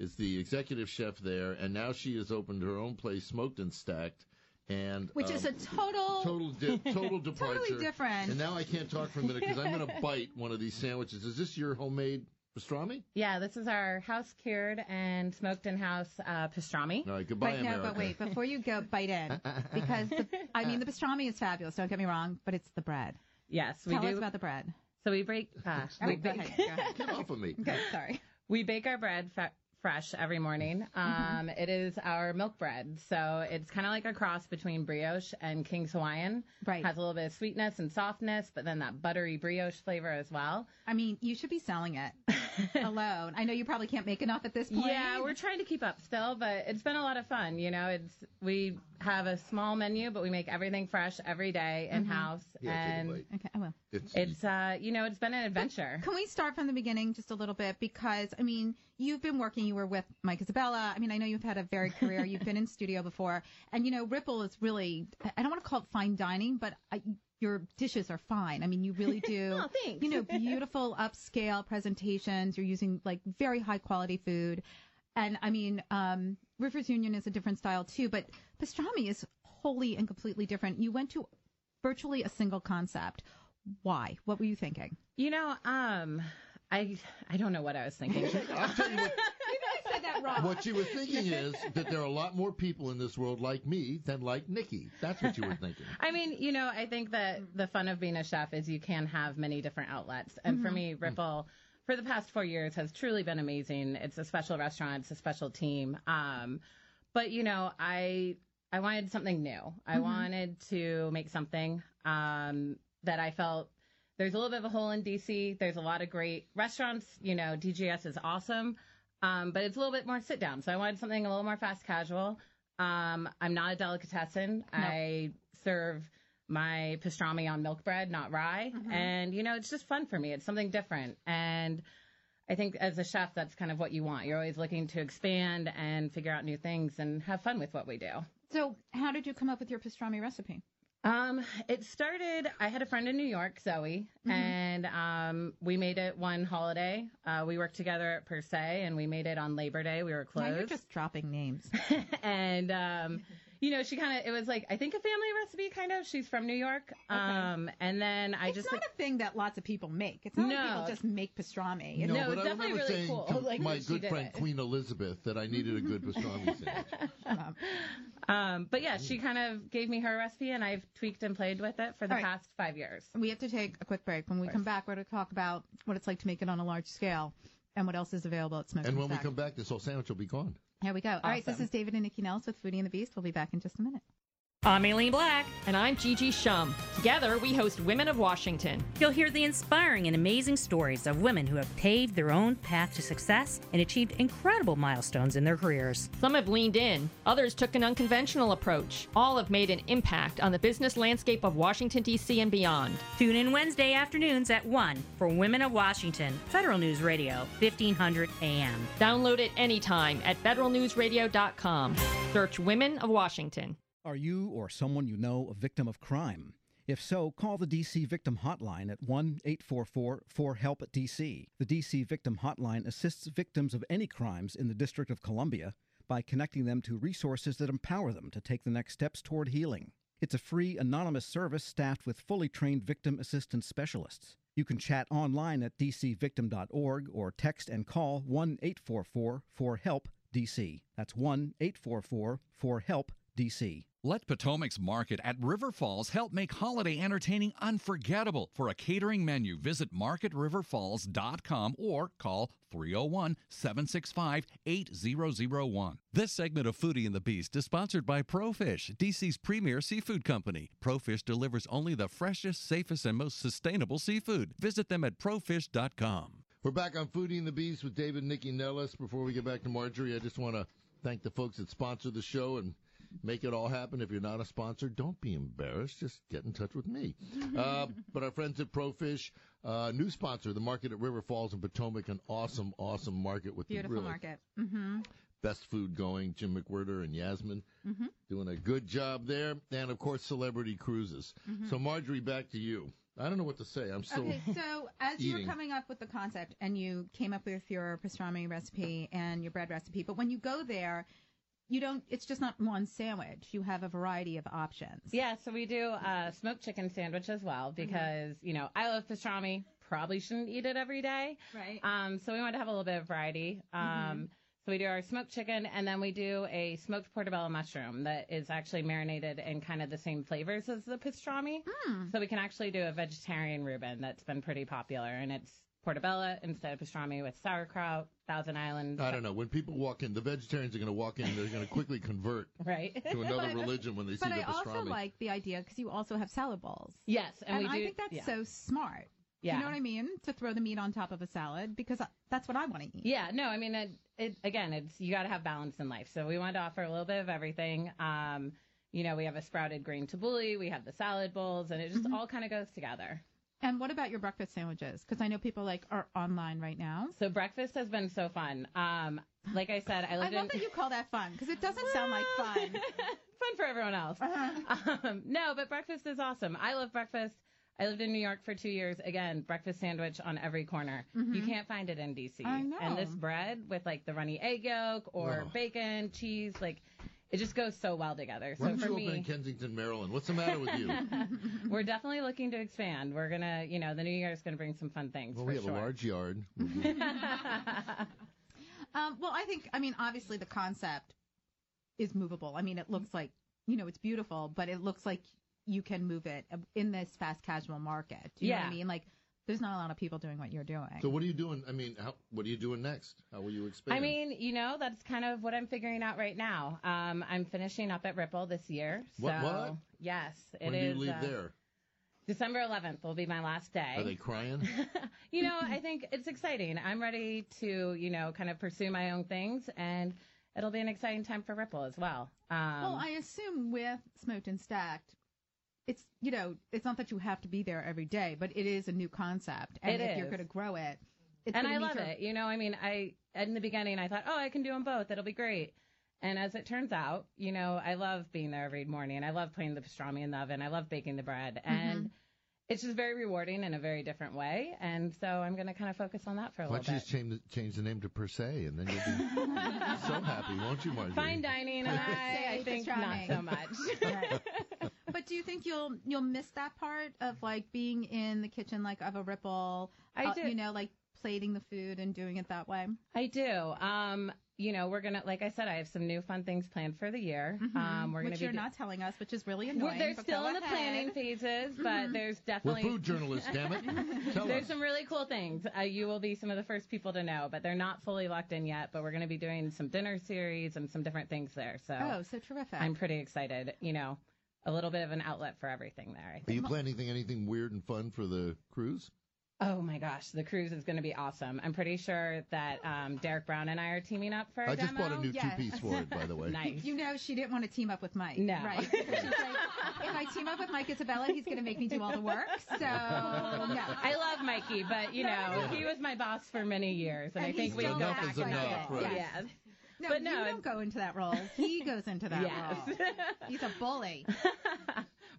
Speaker 1: is the executive chef there, and now she has opened her own place, Smoked and Stacked, and
Speaker 2: Which is
Speaker 1: um,
Speaker 2: a total
Speaker 1: total di- total departure,
Speaker 2: Totally different.
Speaker 1: And now I can't talk for a minute because I'm going to bite one of these sandwiches. Is this your homemade pastrami?
Speaker 7: Yeah, this is our house cured and smoked in house uh, pastrami.
Speaker 1: All right, goodbye,
Speaker 2: but no,
Speaker 1: America.
Speaker 2: but wait, before you go bite in, because the, I mean the pastrami is fabulous. Don't get me wrong, but it's the bread.
Speaker 7: Yes, we
Speaker 2: Tell
Speaker 7: do.
Speaker 2: us about the bread.
Speaker 7: so we break. Uh,
Speaker 2: Oh,
Speaker 7: we
Speaker 2: go
Speaker 7: bake-
Speaker 2: ahead, go ahead.
Speaker 1: Get off of me.
Speaker 2: Okay, sorry.
Speaker 7: We bake our bread fa- fresh every morning. Um,
Speaker 2: Mm-hmm.
Speaker 7: it is our milk bread, so it's kind of like a cross between brioche and King's Hawaiian.
Speaker 2: Right.
Speaker 7: Has a little bit of sweetness and softness, but then that buttery brioche flavor as well.
Speaker 2: I mean, you should be selling it alone. I know you probably can't make enough at this point.
Speaker 7: Yeah, we're trying to keep up still, but it's been a lot of fun. You know, it's we have a small menu, but we make everything fresh every day in house,
Speaker 2: Yeah,
Speaker 7: and
Speaker 2: take a Mm-hmm. okay, I will.
Speaker 1: it's,
Speaker 7: uh, you know, it's been an adventure.
Speaker 2: Can we start from the beginning just a little bit? Because, I mean, you've been working, you were with Mike Isabella. I mean, I know you've had a varied career. You've been in studio before. And, you know, Ripple is really, I don't want to call it fine dining, but I, your dishes are fine. I mean, you really do.
Speaker 7: Oh, thanks.
Speaker 2: You know, beautiful upscale presentations. You're using like very high quality food. And I mean, um, Rivers Union is a different style too, but pastrami is wholly and completely different. You went to virtually a single concept. Why? What were you thinking?
Speaker 7: You know, um, I I don't know what I was thinking.
Speaker 2: I said that
Speaker 7: Uh,
Speaker 2: wrong.
Speaker 1: What you were thinking is that there are a lot more people in this world like me than like Nikki. That's what you were thinking.
Speaker 7: I mean, you know, I think that the fun of being a chef is you can have many different outlets. And for
Speaker 2: Mhm.
Speaker 7: me, Ripple, for the past four years, has truly been amazing. It's a special restaurant, it's a special team. Um, but you know, I I wanted something new. I
Speaker 22: Mhm.
Speaker 7: wanted to make something um, that I felt there's a little bit of a hole in DC. There's a lot of great restaurants. You know, DGS is awesome, um, but it's a little bit more sit down. So I wanted something a little more fast casual. Um, I'm not a delicatessen. I serve my pastrami on milk bread, not rye.
Speaker 22: Mhm.
Speaker 7: And, you know, it's just fun for me. It's something different. And I think as a chef, that's kind of what you want. You're always looking to expand and figure out new things and have fun with what we do.
Speaker 2: So, how did you come up with your pastrami recipe?
Speaker 7: Um, it started. I had a friend in New York, Zoe,
Speaker 2: Mhm.
Speaker 7: and um, we made it one holiday. Uh, we worked together at Per Se, and we made it on Labor Day. We were closed.
Speaker 2: Now you're just dropping names.
Speaker 7: and um, you know, she kind of it was like I think a family recipe, kind of. She's from New York. Um, and then I
Speaker 2: It's
Speaker 7: just
Speaker 2: not
Speaker 7: like,
Speaker 2: a thing that lots of people make. It's not like
Speaker 7: No.
Speaker 2: people just make pastrami.
Speaker 7: No,
Speaker 1: but
Speaker 7: it's
Speaker 1: I
Speaker 7: definitely
Speaker 1: remember
Speaker 7: really
Speaker 1: saying
Speaker 7: cool.
Speaker 1: to
Speaker 7: Like,
Speaker 1: my
Speaker 7: when she
Speaker 1: good
Speaker 7: did
Speaker 1: friend
Speaker 7: it.
Speaker 1: Queen Elizabeth that I needed a good pastrami sandwich.
Speaker 7: um, but yeah, she kind of gave me her recipe, and I've tweaked and played with it for the
Speaker 2: All right.
Speaker 7: past five years.
Speaker 2: We have to take a quick break. When we come back, we're going to talk about what it's like to make it on a large scale and what else is available at Smoke
Speaker 1: And when we
Speaker 2: Stack.
Speaker 1: come back, this whole sandwich will be gone.
Speaker 2: Here we go. All right, this
Speaker 1: Awesome.
Speaker 2: is David and Nikki Nels with Foodie and the Beast. We'll be back in just a minute.
Speaker 23: I'm Aileen Black. And I'm Gigi Shum. Together, we host Women of Washington.
Speaker 24: You'll hear the inspiring and amazing stories of women who have paved their own path to success and achieved incredible milestones in their careers.
Speaker 23: Some have leaned in, others took an unconventional approach. All have made an impact on the business landscape of Washington, D.C. and beyond.
Speaker 24: Tune in Wednesday afternoons at 1 for Women of Washington, Federal News Radio, 1500 AM.
Speaker 23: Download it anytime at federalnewsradio.com. Search Women of Washington.
Speaker 25: Are you or someone you know a victim of crime? If so, call the DC Victim Hotline at 1 844 4HELP DC. The DC Victim Hotline assists victims of any crimes in the District of Columbia by connecting them to resources that empower them to take the next steps toward healing. It's a free, anonymous service staffed with fully trained victim assistance specialists. You can chat online at dcvictim.org or text and call 1 844 4HELP DC. That's 1 844 4HELP DC.
Speaker 5: Let Potomac's Market at River Falls help make holiday entertaining unforgettable. For a catering menu, visit marketriverfalls.com or call 301 765 8001.
Speaker 8: This segment of Foodie and the Beast is sponsored by ProFish, DC's premier seafood company. ProFish delivers only the freshest, safest, and most sustainable seafood. Visit them at profish.com.
Speaker 1: We're back on Foodie and the Beast with David and Nikki Nellis. Before we get back to Marjorie, I just want to thank the folks that sponsor the show and make it all happen. If you're not a sponsor, don't be embarrassed. Just get in touch with me. Uh, but our friends at ProFish, uh, new sponsor, the market at River Falls and Potomac, an awesome, awesome market with
Speaker 2: Beautiful
Speaker 1: the really
Speaker 2: market. Mm-hmm.
Speaker 1: best food going. Jim McWhirter and Yasmin doing a good job there. And of course, Celebrity Cruises.
Speaker 2: Mhm.
Speaker 1: So, Marjorie, back to you. I don't know what to say. I'm still.
Speaker 2: okay, so as you were
Speaker 1: eating.
Speaker 2: coming up with the concept and you came up with your pastrami recipe and your bread recipe, but when you go there, you don't. It's just not one sandwich. You have a variety of options.
Speaker 7: Yeah, so we do uh, smoked chicken sandwich as well
Speaker 2: Mm-hmm.
Speaker 7: because you know I love pastrami. Probably shouldn't eat it every day.
Speaker 2: Right.
Speaker 7: Um, so we want to have a little bit of variety. Um,
Speaker 2: Mhm.
Speaker 7: So we do our smoked chicken, and then we do a smoked portobello mushroom that is actually marinated in kind of the same flavors as the pastrami.
Speaker 2: Mm.
Speaker 7: So we can actually do a vegetarian Reuben that's been pretty popular, and it's portobello instead of pastrami with sauerkraut, Thousand Island.
Speaker 1: I don't know. When people walk in, the vegetarians are going to walk in. They're going to quickly convert
Speaker 7: Right.
Speaker 1: to another religion when they see
Speaker 2: but
Speaker 1: the
Speaker 2: I also
Speaker 1: pastrami.
Speaker 2: like the idea because you also have salad bowls.
Speaker 7: Yes, and
Speaker 2: and
Speaker 7: we
Speaker 2: I
Speaker 7: do-
Speaker 2: think that's
Speaker 7: yeah.
Speaker 2: so smart.
Speaker 7: Yeah.
Speaker 2: You know what I mean? To throw the meat on top of a salad because I- that's what I want to eat.
Speaker 7: Yeah, no, I mean, it, it, again, it's you got to have balance in life. So we wanted to offer a little bit of everything. Um, you know, we have a sprouted green tabbouleh, we have the salad bowls, and it
Speaker 2: Mm-hmm.
Speaker 7: just all kind of goes together.
Speaker 2: And what about your breakfast sandwiches? Because I know people like are online right now.
Speaker 7: So breakfast has been so fun. Um, like I said, I
Speaker 2: I
Speaker 7: lived
Speaker 2: love
Speaker 7: in
Speaker 2: that you call that fun because it doesn't sound like fun.
Speaker 7: fun for everyone else.
Speaker 2: Uh-huh.
Speaker 7: Um, no, but breakfast is awesome. I love breakfast. I lived in New York for two years. Again, breakfast sandwich on every corner. You
Speaker 2: Mhm.
Speaker 7: can't find it in DC.
Speaker 2: I know.
Speaker 7: And this bread with like the runny egg yolk or
Speaker 1: Oh.
Speaker 7: bacon, cheese, like it just goes so well together. So
Speaker 1: Why don't
Speaker 7: for
Speaker 1: you
Speaker 7: me,
Speaker 1: open in Kensington, Maryland? What's the matter with you?
Speaker 7: we're definitely looking to expand. We're gonna, you know, the new year is gonna bring some fun things.
Speaker 1: well,
Speaker 7: for
Speaker 1: we have
Speaker 7: sure.
Speaker 1: a large yard.
Speaker 2: Um, well, I think, I mean, obviously the concept is movable. I mean, it looks like, you know, it's beautiful, but it looks like you can move it in this fast casual market. Do you know
Speaker 1: Yeah.
Speaker 2: what I mean? Like, there's not a lot of people doing what you're doing.
Speaker 1: So what are you doing? I mean, how, what are you doing next? How will you expand?
Speaker 7: I mean, you know, that's kind of what I'm figuring out right now. Um, I'm finishing up at Ripple this year. So
Speaker 1: What- what?
Speaker 7: yes, it is.
Speaker 1: when do you leave
Speaker 7: uh,
Speaker 1: there?
Speaker 7: December 11th will be my last day.
Speaker 1: Are they crying?
Speaker 7: you know, I think it's exciting. I'm ready to, you know, kind of pursue my own things, and it'll be an exciting time for Ripple as well. Um,
Speaker 2: well, I assume with Smoked and Stacked, it's, you know, it's not that you have to be there every day, but it is a new concept. And
Speaker 7: It
Speaker 2: if you're
Speaker 7: is.
Speaker 2: going to grow it, it's
Speaker 7: and
Speaker 2: gonna
Speaker 7: I
Speaker 2: meet
Speaker 7: love
Speaker 2: your-
Speaker 7: it. You know, I mean, I in the beginning I thought, oh, I can do them both. It'll be great. And as it turns out, you know, I love being there every morning. I love putting the pastrami in the oven. I love baking the bread,
Speaker 2: Mm-hmm.
Speaker 7: and it's just very rewarding in a very different way. And so I'm going to kind of focus on that for a
Speaker 1: Why
Speaker 7: little
Speaker 1: don't you
Speaker 7: bit.
Speaker 1: just change the, change the name to Per Se, and then you'll be so happy, won't you, Marjorie?
Speaker 7: Fine dining, and I, I
Speaker 2: Say
Speaker 7: think not
Speaker 2: pastrami.
Speaker 7: so much.
Speaker 2: But do you think you'll you'll miss that part of like being in the kitchen like of a ripple? uh,
Speaker 7: I do.
Speaker 2: You know, like plating the food and doing it that way.
Speaker 7: I do. Um, you know, we're gonna, like I said, I have some new fun things planned for the year. Um, we're gonna
Speaker 2: Mm-hmm. which
Speaker 7: be
Speaker 2: you're
Speaker 7: do-
Speaker 2: not telling us, which is really
Speaker 7: Well,
Speaker 2: annoying.
Speaker 7: they're
Speaker 2: but
Speaker 7: still
Speaker 2: go
Speaker 7: in the
Speaker 2: ahead.
Speaker 7: planning phases, but
Speaker 2: Mhm.
Speaker 7: there's definitely
Speaker 1: food journalists, damn it. Tell
Speaker 7: there's
Speaker 1: us.
Speaker 7: some really cool things. Uh, you will be some of the first people to know, but they're not fully locked in yet. But we're going to be doing some dinner series and some different things there. So
Speaker 2: Oh, so terrific.
Speaker 7: I'm pretty excited. You know, a little bit of an outlet for everything there. I
Speaker 1: Are you
Speaker 7: think.
Speaker 1: planning anything, anything weird and fun for the cruise?
Speaker 7: Oh my gosh, the cruise is going to be awesome. I'm pretty sure that um, Derek Brown and I are teaming up for. a
Speaker 1: I just bought a
Speaker 7: demo.
Speaker 1: new two-piece for it, by the way.
Speaker 7: Nice.
Speaker 2: You know, she didn't want to team up with Mike.
Speaker 7: No.
Speaker 2: Right. She's like, if I team up with Mike Isabella, he's going to make me do all the work. So, no.
Speaker 7: I love Mikey, but you know, he was my boss for many years, and,
Speaker 2: And
Speaker 7: I think
Speaker 2: he's
Speaker 7: we
Speaker 2: still
Speaker 7: go
Speaker 2: got
Speaker 7: back
Speaker 2: that
Speaker 7: and
Speaker 2: enough,
Speaker 7: forth.
Speaker 2: right.
Speaker 7: Yeah.
Speaker 2: No,
Speaker 7: But no,
Speaker 2: you don't go into that role. He goes into that
Speaker 7: Yes.
Speaker 2: role. He's a bully.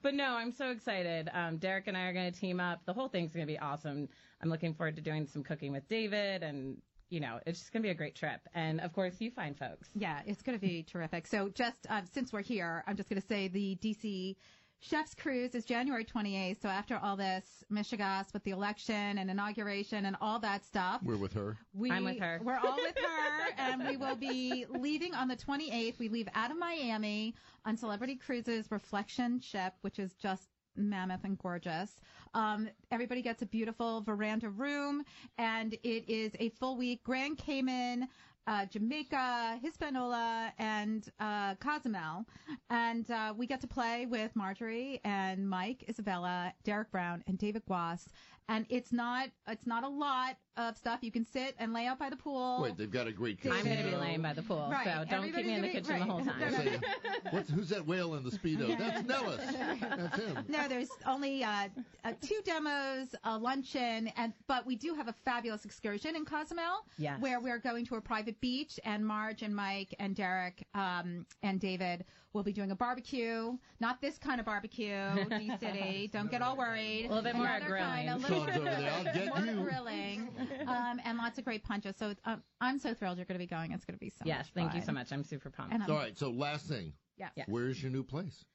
Speaker 7: But no, I'm so excited. Um, Derek and I are going to team up. The whole thing's going to be awesome. I'm looking forward to doing some cooking with David and you know, it's just going to be a great trip. And of course, you find folks.
Speaker 2: Yeah, it's going to be terrific. So, just um, since we're here, I'm just going to say the DC Chef's Cruise is January 28th. So, after all this mishigas with the election and inauguration and all that
Speaker 7: Oh.
Speaker 2: stuff,
Speaker 1: We're with her.
Speaker 2: we,
Speaker 7: I'm with her.
Speaker 2: We're all with her, and we will be leaving on the 28th. We leave out of Miami on Celebrity Cruises Reflection Ship, which is just mammoth and gorgeous. Um, everybody gets a beautiful veranda room, and it is a full week. Grand Cayman. Uh, Jamaica, Hispaniola, and uh, Cozumel. And uh, we get to play with Marjorie and Mike, Isabella, Derek Brown, and David Guas. And it's not it's not a lot of stuff. You can sit and lay out by the pool.
Speaker 1: Wait, they've got a great
Speaker 7: I'm going to be
Speaker 1: casino.
Speaker 7: laying by the pool,
Speaker 2: Right.
Speaker 7: so don't keep me in the
Speaker 2: Everybody's
Speaker 7: kitchen the
Speaker 2: gonna
Speaker 7: whole
Speaker 2: be-
Speaker 7: time.
Speaker 2: right.
Speaker 1: What's, who's that whale in the speedo? That's Nellis. That's him.
Speaker 2: No, there's only uh, uh, two demos, a luncheon, and but we do have a fabulous excursion in Cozumel,
Speaker 7: Yes.
Speaker 2: where we're going to a private beach, and Marge and Mike and Derek um, and David will be doing a barbecue. Not this kind of barbecue, D City. Don't get all worried.
Speaker 7: A little bit more
Speaker 2: Another
Speaker 7: grilling.
Speaker 2: kind, a little
Speaker 7: Sean's over there. I'll
Speaker 2: bit
Speaker 7: get
Speaker 2: more
Speaker 7: you.
Speaker 2: grilling, um, and lots of great punches. So um, I'm so thrilled you're going to be going. It's going to be so.
Speaker 7: Yes,
Speaker 2: much
Speaker 7: thank you
Speaker 2: fun.
Speaker 7: so much. I'm super pumped.
Speaker 2: And I'm-
Speaker 1: All right, so last thing.
Speaker 2: Yeah.
Speaker 7: Yes.
Speaker 1: Where's your new place?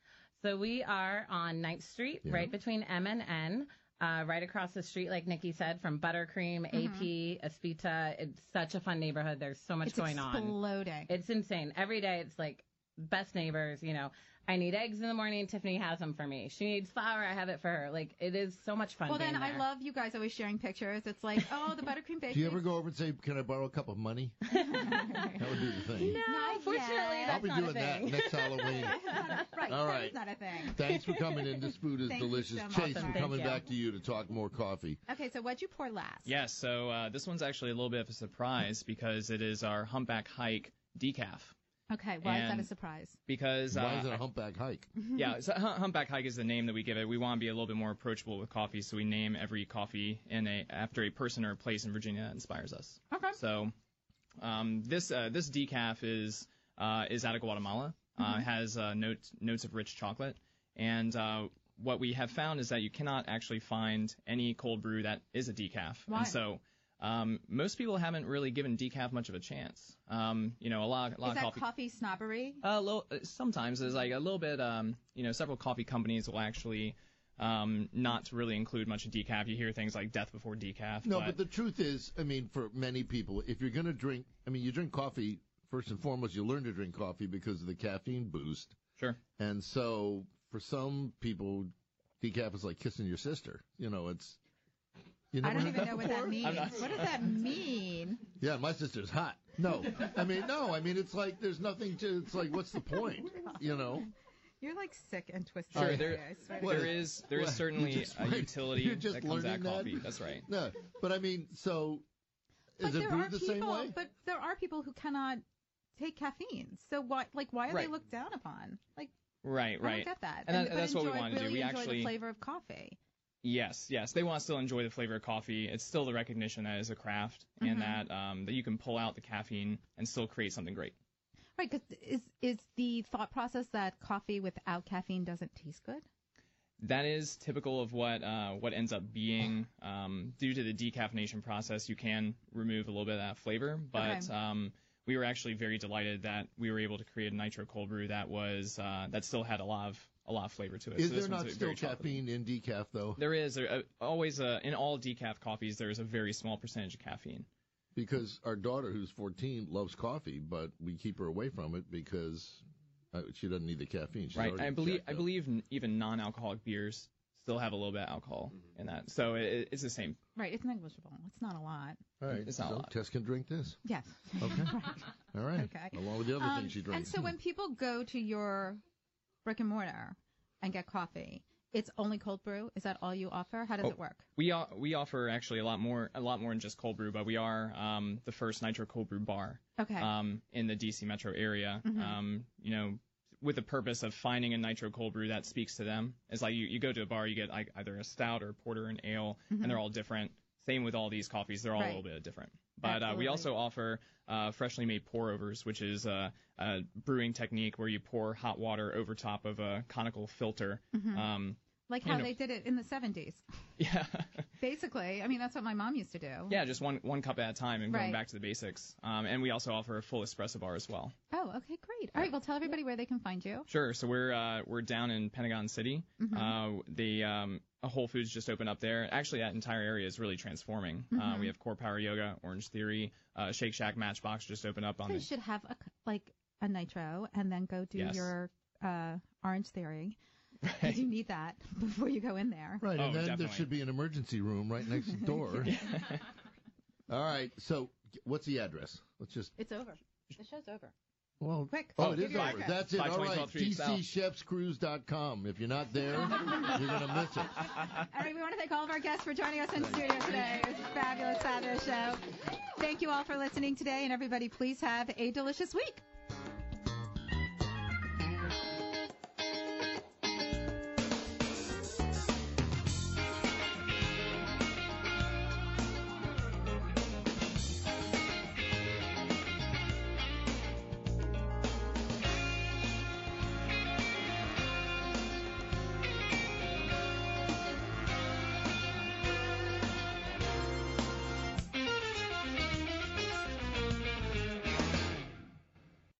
Speaker 7: So we are on 9th Street,
Speaker 1: Yeah.
Speaker 7: right between M and N, uh, right across the street, like Nikki said, from Buttercream,
Speaker 2: Mm-hmm.
Speaker 7: AP, Espita. It's such a fun neighborhood. There's so much
Speaker 2: It's
Speaker 7: going on.
Speaker 2: exploding.
Speaker 7: It's insane. Every day it's like best neighbors, you know. I need eggs in the morning. Tiffany has them for me. She needs flour. I have it for her. Like it is so much fun.
Speaker 2: Well,
Speaker 7: being
Speaker 2: then I
Speaker 7: there.
Speaker 2: love you guys always sharing pictures. It's like, oh, the buttercream bakery.
Speaker 1: Do you ever go over and say, "Can I borrow a cup of money"? that would be the thing.
Speaker 2: No,
Speaker 7: unfortunately,
Speaker 2: yet.
Speaker 1: I'll be
Speaker 7: not a
Speaker 1: doing that
Speaker 7: thing.
Speaker 1: next Halloween.
Speaker 2: right.
Speaker 1: All
Speaker 2: that
Speaker 1: right.
Speaker 2: is not a thing.
Speaker 1: Thanks for coming in. This food is
Speaker 2: Thank you
Speaker 1: delicious.
Speaker 2: so much.
Speaker 1: Chase,
Speaker 2: Awesome.
Speaker 1: we're
Speaker 2: Thank
Speaker 1: coming
Speaker 2: you.
Speaker 1: back to you to talk more coffee.
Speaker 2: Okay, so what'd you pour last?
Speaker 4: Yes, so uh, this one's actually a little bit of a surprise because it is our humpback hike decaf.
Speaker 2: Okay, why is
Speaker 4: And-
Speaker 2: that a surprise?
Speaker 4: Because
Speaker 1: Why
Speaker 4: uh,
Speaker 1: is it a humpback hike?
Speaker 4: yeah, so Hum- humpback hike is the name that we give it. We want to be a little bit more approachable with coffee, so we name every coffee in a after a person or a place in Virginia that inspires us.
Speaker 2: Okay.
Speaker 4: So um, this uh, this decaf is uh, is out of Guatemala. Uh,
Speaker 9: Mhm.
Speaker 4: it has uh, notes notes of rich chocolate, and uh, what we have found is that you cannot actually find any cold brew that is a decaf.
Speaker 9: Why?
Speaker 4: And so. Um, most people haven't really given decaf much of a chance. Um, you know, a lot, a
Speaker 2: is
Speaker 4: lot of
Speaker 2: that
Speaker 4: coffee.
Speaker 2: coffee snobbery?
Speaker 4: Uh, lo- uh, sometimes there's like a little bit, um, you know, several coffee companies will actually um, not really include much of decaf. You hear things like death before decaf.
Speaker 1: No, but the truth is, I mean, for many people, if you're going to drink, I mean, you drink coffee first and foremost. You learn to drink coffee because of the caffeine boost.
Speaker 4: Sure.
Speaker 1: And so, for some people, decaf is like kissing your sister. You know, it's. You
Speaker 2: I
Speaker 1: never
Speaker 2: don't
Speaker 1: heard
Speaker 2: even know what that
Speaker 1: before?
Speaker 2: means. What does that mean?
Speaker 1: Yeah, my sister's hot. No, I mean, no, I mean, it's like there's nothing to. It's like, what's the point? You know.
Speaker 2: You're like sick and twisted.
Speaker 4: Sure,
Speaker 2: today,
Speaker 4: there,
Speaker 2: I swear to
Speaker 4: there
Speaker 2: God.
Speaker 4: is there is
Speaker 1: What? You
Speaker 4: certainly
Speaker 1: just
Speaker 4: a
Speaker 1: learned-
Speaker 4: utility
Speaker 1: you're just
Speaker 4: that comes out
Speaker 1: learning
Speaker 4: of
Speaker 1: that?
Speaker 4: coffee. That's right.
Speaker 1: No, but I mean, so
Speaker 2: But
Speaker 1: is it
Speaker 2: there are
Speaker 1: brewed the
Speaker 2: people,
Speaker 1: same way?
Speaker 2: But there are people who cannot take caffeine. So why, like, why are they
Speaker 4: Right.
Speaker 2: looked down upon? Like,
Speaker 4: Right, right.
Speaker 2: I don't get that.
Speaker 4: And, that-
Speaker 2: but
Speaker 4: that's what we
Speaker 2: enjoy-
Speaker 4: want to
Speaker 2: really
Speaker 4: do. We
Speaker 2: enjoy
Speaker 4: actually
Speaker 2: the flavor of coffee.
Speaker 4: Yes, yes. They want to still enjoy the flavor of coffee. It's still the recognition that it is a craft
Speaker 2: Mhm.
Speaker 4: and that um, that you can pull out the caffeine and still create something great.
Speaker 2: Right, because is is the thought process that coffee without caffeine doesn't taste good?
Speaker 4: That is typical of what uh, what ends up being um, due to the decaffeination process. You can remove a little bit of that flavor, but
Speaker 9: Okay.
Speaker 4: um, we were actually very delighted that we were able to create a nitro cold brew that was uh, that still had a lot of a lot of flavor to it.
Speaker 1: Is
Speaker 4: So
Speaker 1: there
Speaker 4: this one's
Speaker 1: not still
Speaker 4: very chocolatey.
Speaker 1: caffeine in decaf though?
Speaker 4: There is there, uh, always uh in all decaf coffees. There is a very small percentage of caffeine.
Speaker 1: Because our daughter, who's 14, loves coffee, but we keep her away from it because uh, she doesn't need the caffeine. She's
Speaker 4: right.
Speaker 1: already
Speaker 4: I believe
Speaker 1: jacked
Speaker 4: I
Speaker 1: up.
Speaker 4: believe n- even non-alcoholic beers still have a little bit of alcohol
Speaker 1: Mm-hmm.
Speaker 4: in that. So it, it's the same.
Speaker 2: Right, it's negligible. It's not a lot.
Speaker 1: All right,
Speaker 4: It's not a
Speaker 1: so
Speaker 4: lot.
Speaker 1: Tess can drink this.
Speaker 2: Yes.
Speaker 1: Okay. All right.
Speaker 2: Okay.
Speaker 1: Along with the other
Speaker 2: Um,
Speaker 1: things she
Speaker 2: And
Speaker 1: drinks.
Speaker 2: so when people go to your brick and mortar and get coffee, it's only cold brew. Is that all you offer? How does
Speaker 4: Oh,
Speaker 2: it work?
Speaker 4: We o- we offer actually a lot more a lot more than just cold brew, but we are um, the first nitro cold brew bar
Speaker 2: Okay.
Speaker 4: um, in the DC metro area.
Speaker 2: Mhm.
Speaker 4: Um, you know, with the purpose of finding a nitro cold brew that speaks to them. It's like you, you go to a bar, you get like either a stout or a porter and ale,
Speaker 9: Mhm.
Speaker 2: Mm-hmm.
Speaker 4: and they're all different. Same with all these coffees, they're all
Speaker 9: Right.
Speaker 4: a little bit different. But uh,
Speaker 9: Absolutely.
Speaker 4: we also offer uh, freshly made pour overs, which is uh,
Speaker 2: Mm-hmm.
Speaker 4: a brewing technique where you pour hot water over top of a conical filter.
Speaker 9: Mhm.
Speaker 4: Um,
Speaker 2: Like
Speaker 4: You
Speaker 2: how
Speaker 4: know.
Speaker 2: they did it in the 70s.
Speaker 4: Yeah.
Speaker 2: Basically, I mean, that's what my mom used to do.
Speaker 4: Yeah, just one one cup at a time and
Speaker 2: Right.
Speaker 4: going back to the basics. Um, and we also offer a full espresso bar as well.
Speaker 2: Oh, okay, great. All right, well, tell everybody where they can find you.
Speaker 4: Sure. So we're uh, we're down in Pentagon City.
Speaker 2: Mhm.
Speaker 4: Uh, the um, a Whole Foods just opened up there. Actually, that entire area is really transforming. Uh,
Speaker 2: Mhm.
Speaker 4: we have Core Power Yoga, Orange Theory, uh, Shake Shack, Matchbox just opened up on
Speaker 2: So you
Speaker 4: the
Speaker 2: should have a, c- like a nitro and then go do
Speaker 4: Yes.
Speaker 2: your uh, orange theory. You do need that before you go in there.
Speaker 1: Right,
Speaker 4: Oh,
Speaker 1: and then there should be an emergency room right next door. All right, so what's the address? Let's just.
Speaker 21: It's over. The show's over.
Speaker 1: Well,
Speaker 21: Quick.
Speaker 1: Oh,
Speaker 21: Oh,
Speaker 1: it is
Speaker 21: give your
Speaker 1: over.
Speaker 21: address.
Speaker 1: That's it. All
Speaker 4: 520
Speaker 1: right,
Speaker 4: 12th Street South.
Speaker 1: DCChefsCruise.com. If you're not there, you're gonna miss it.
Speaker 2: All right, we want to thank all of our guests for joining us in studio today. It was a fabulous, fabulous show. Thank you all for listening today, and everybody, please have a delicious week.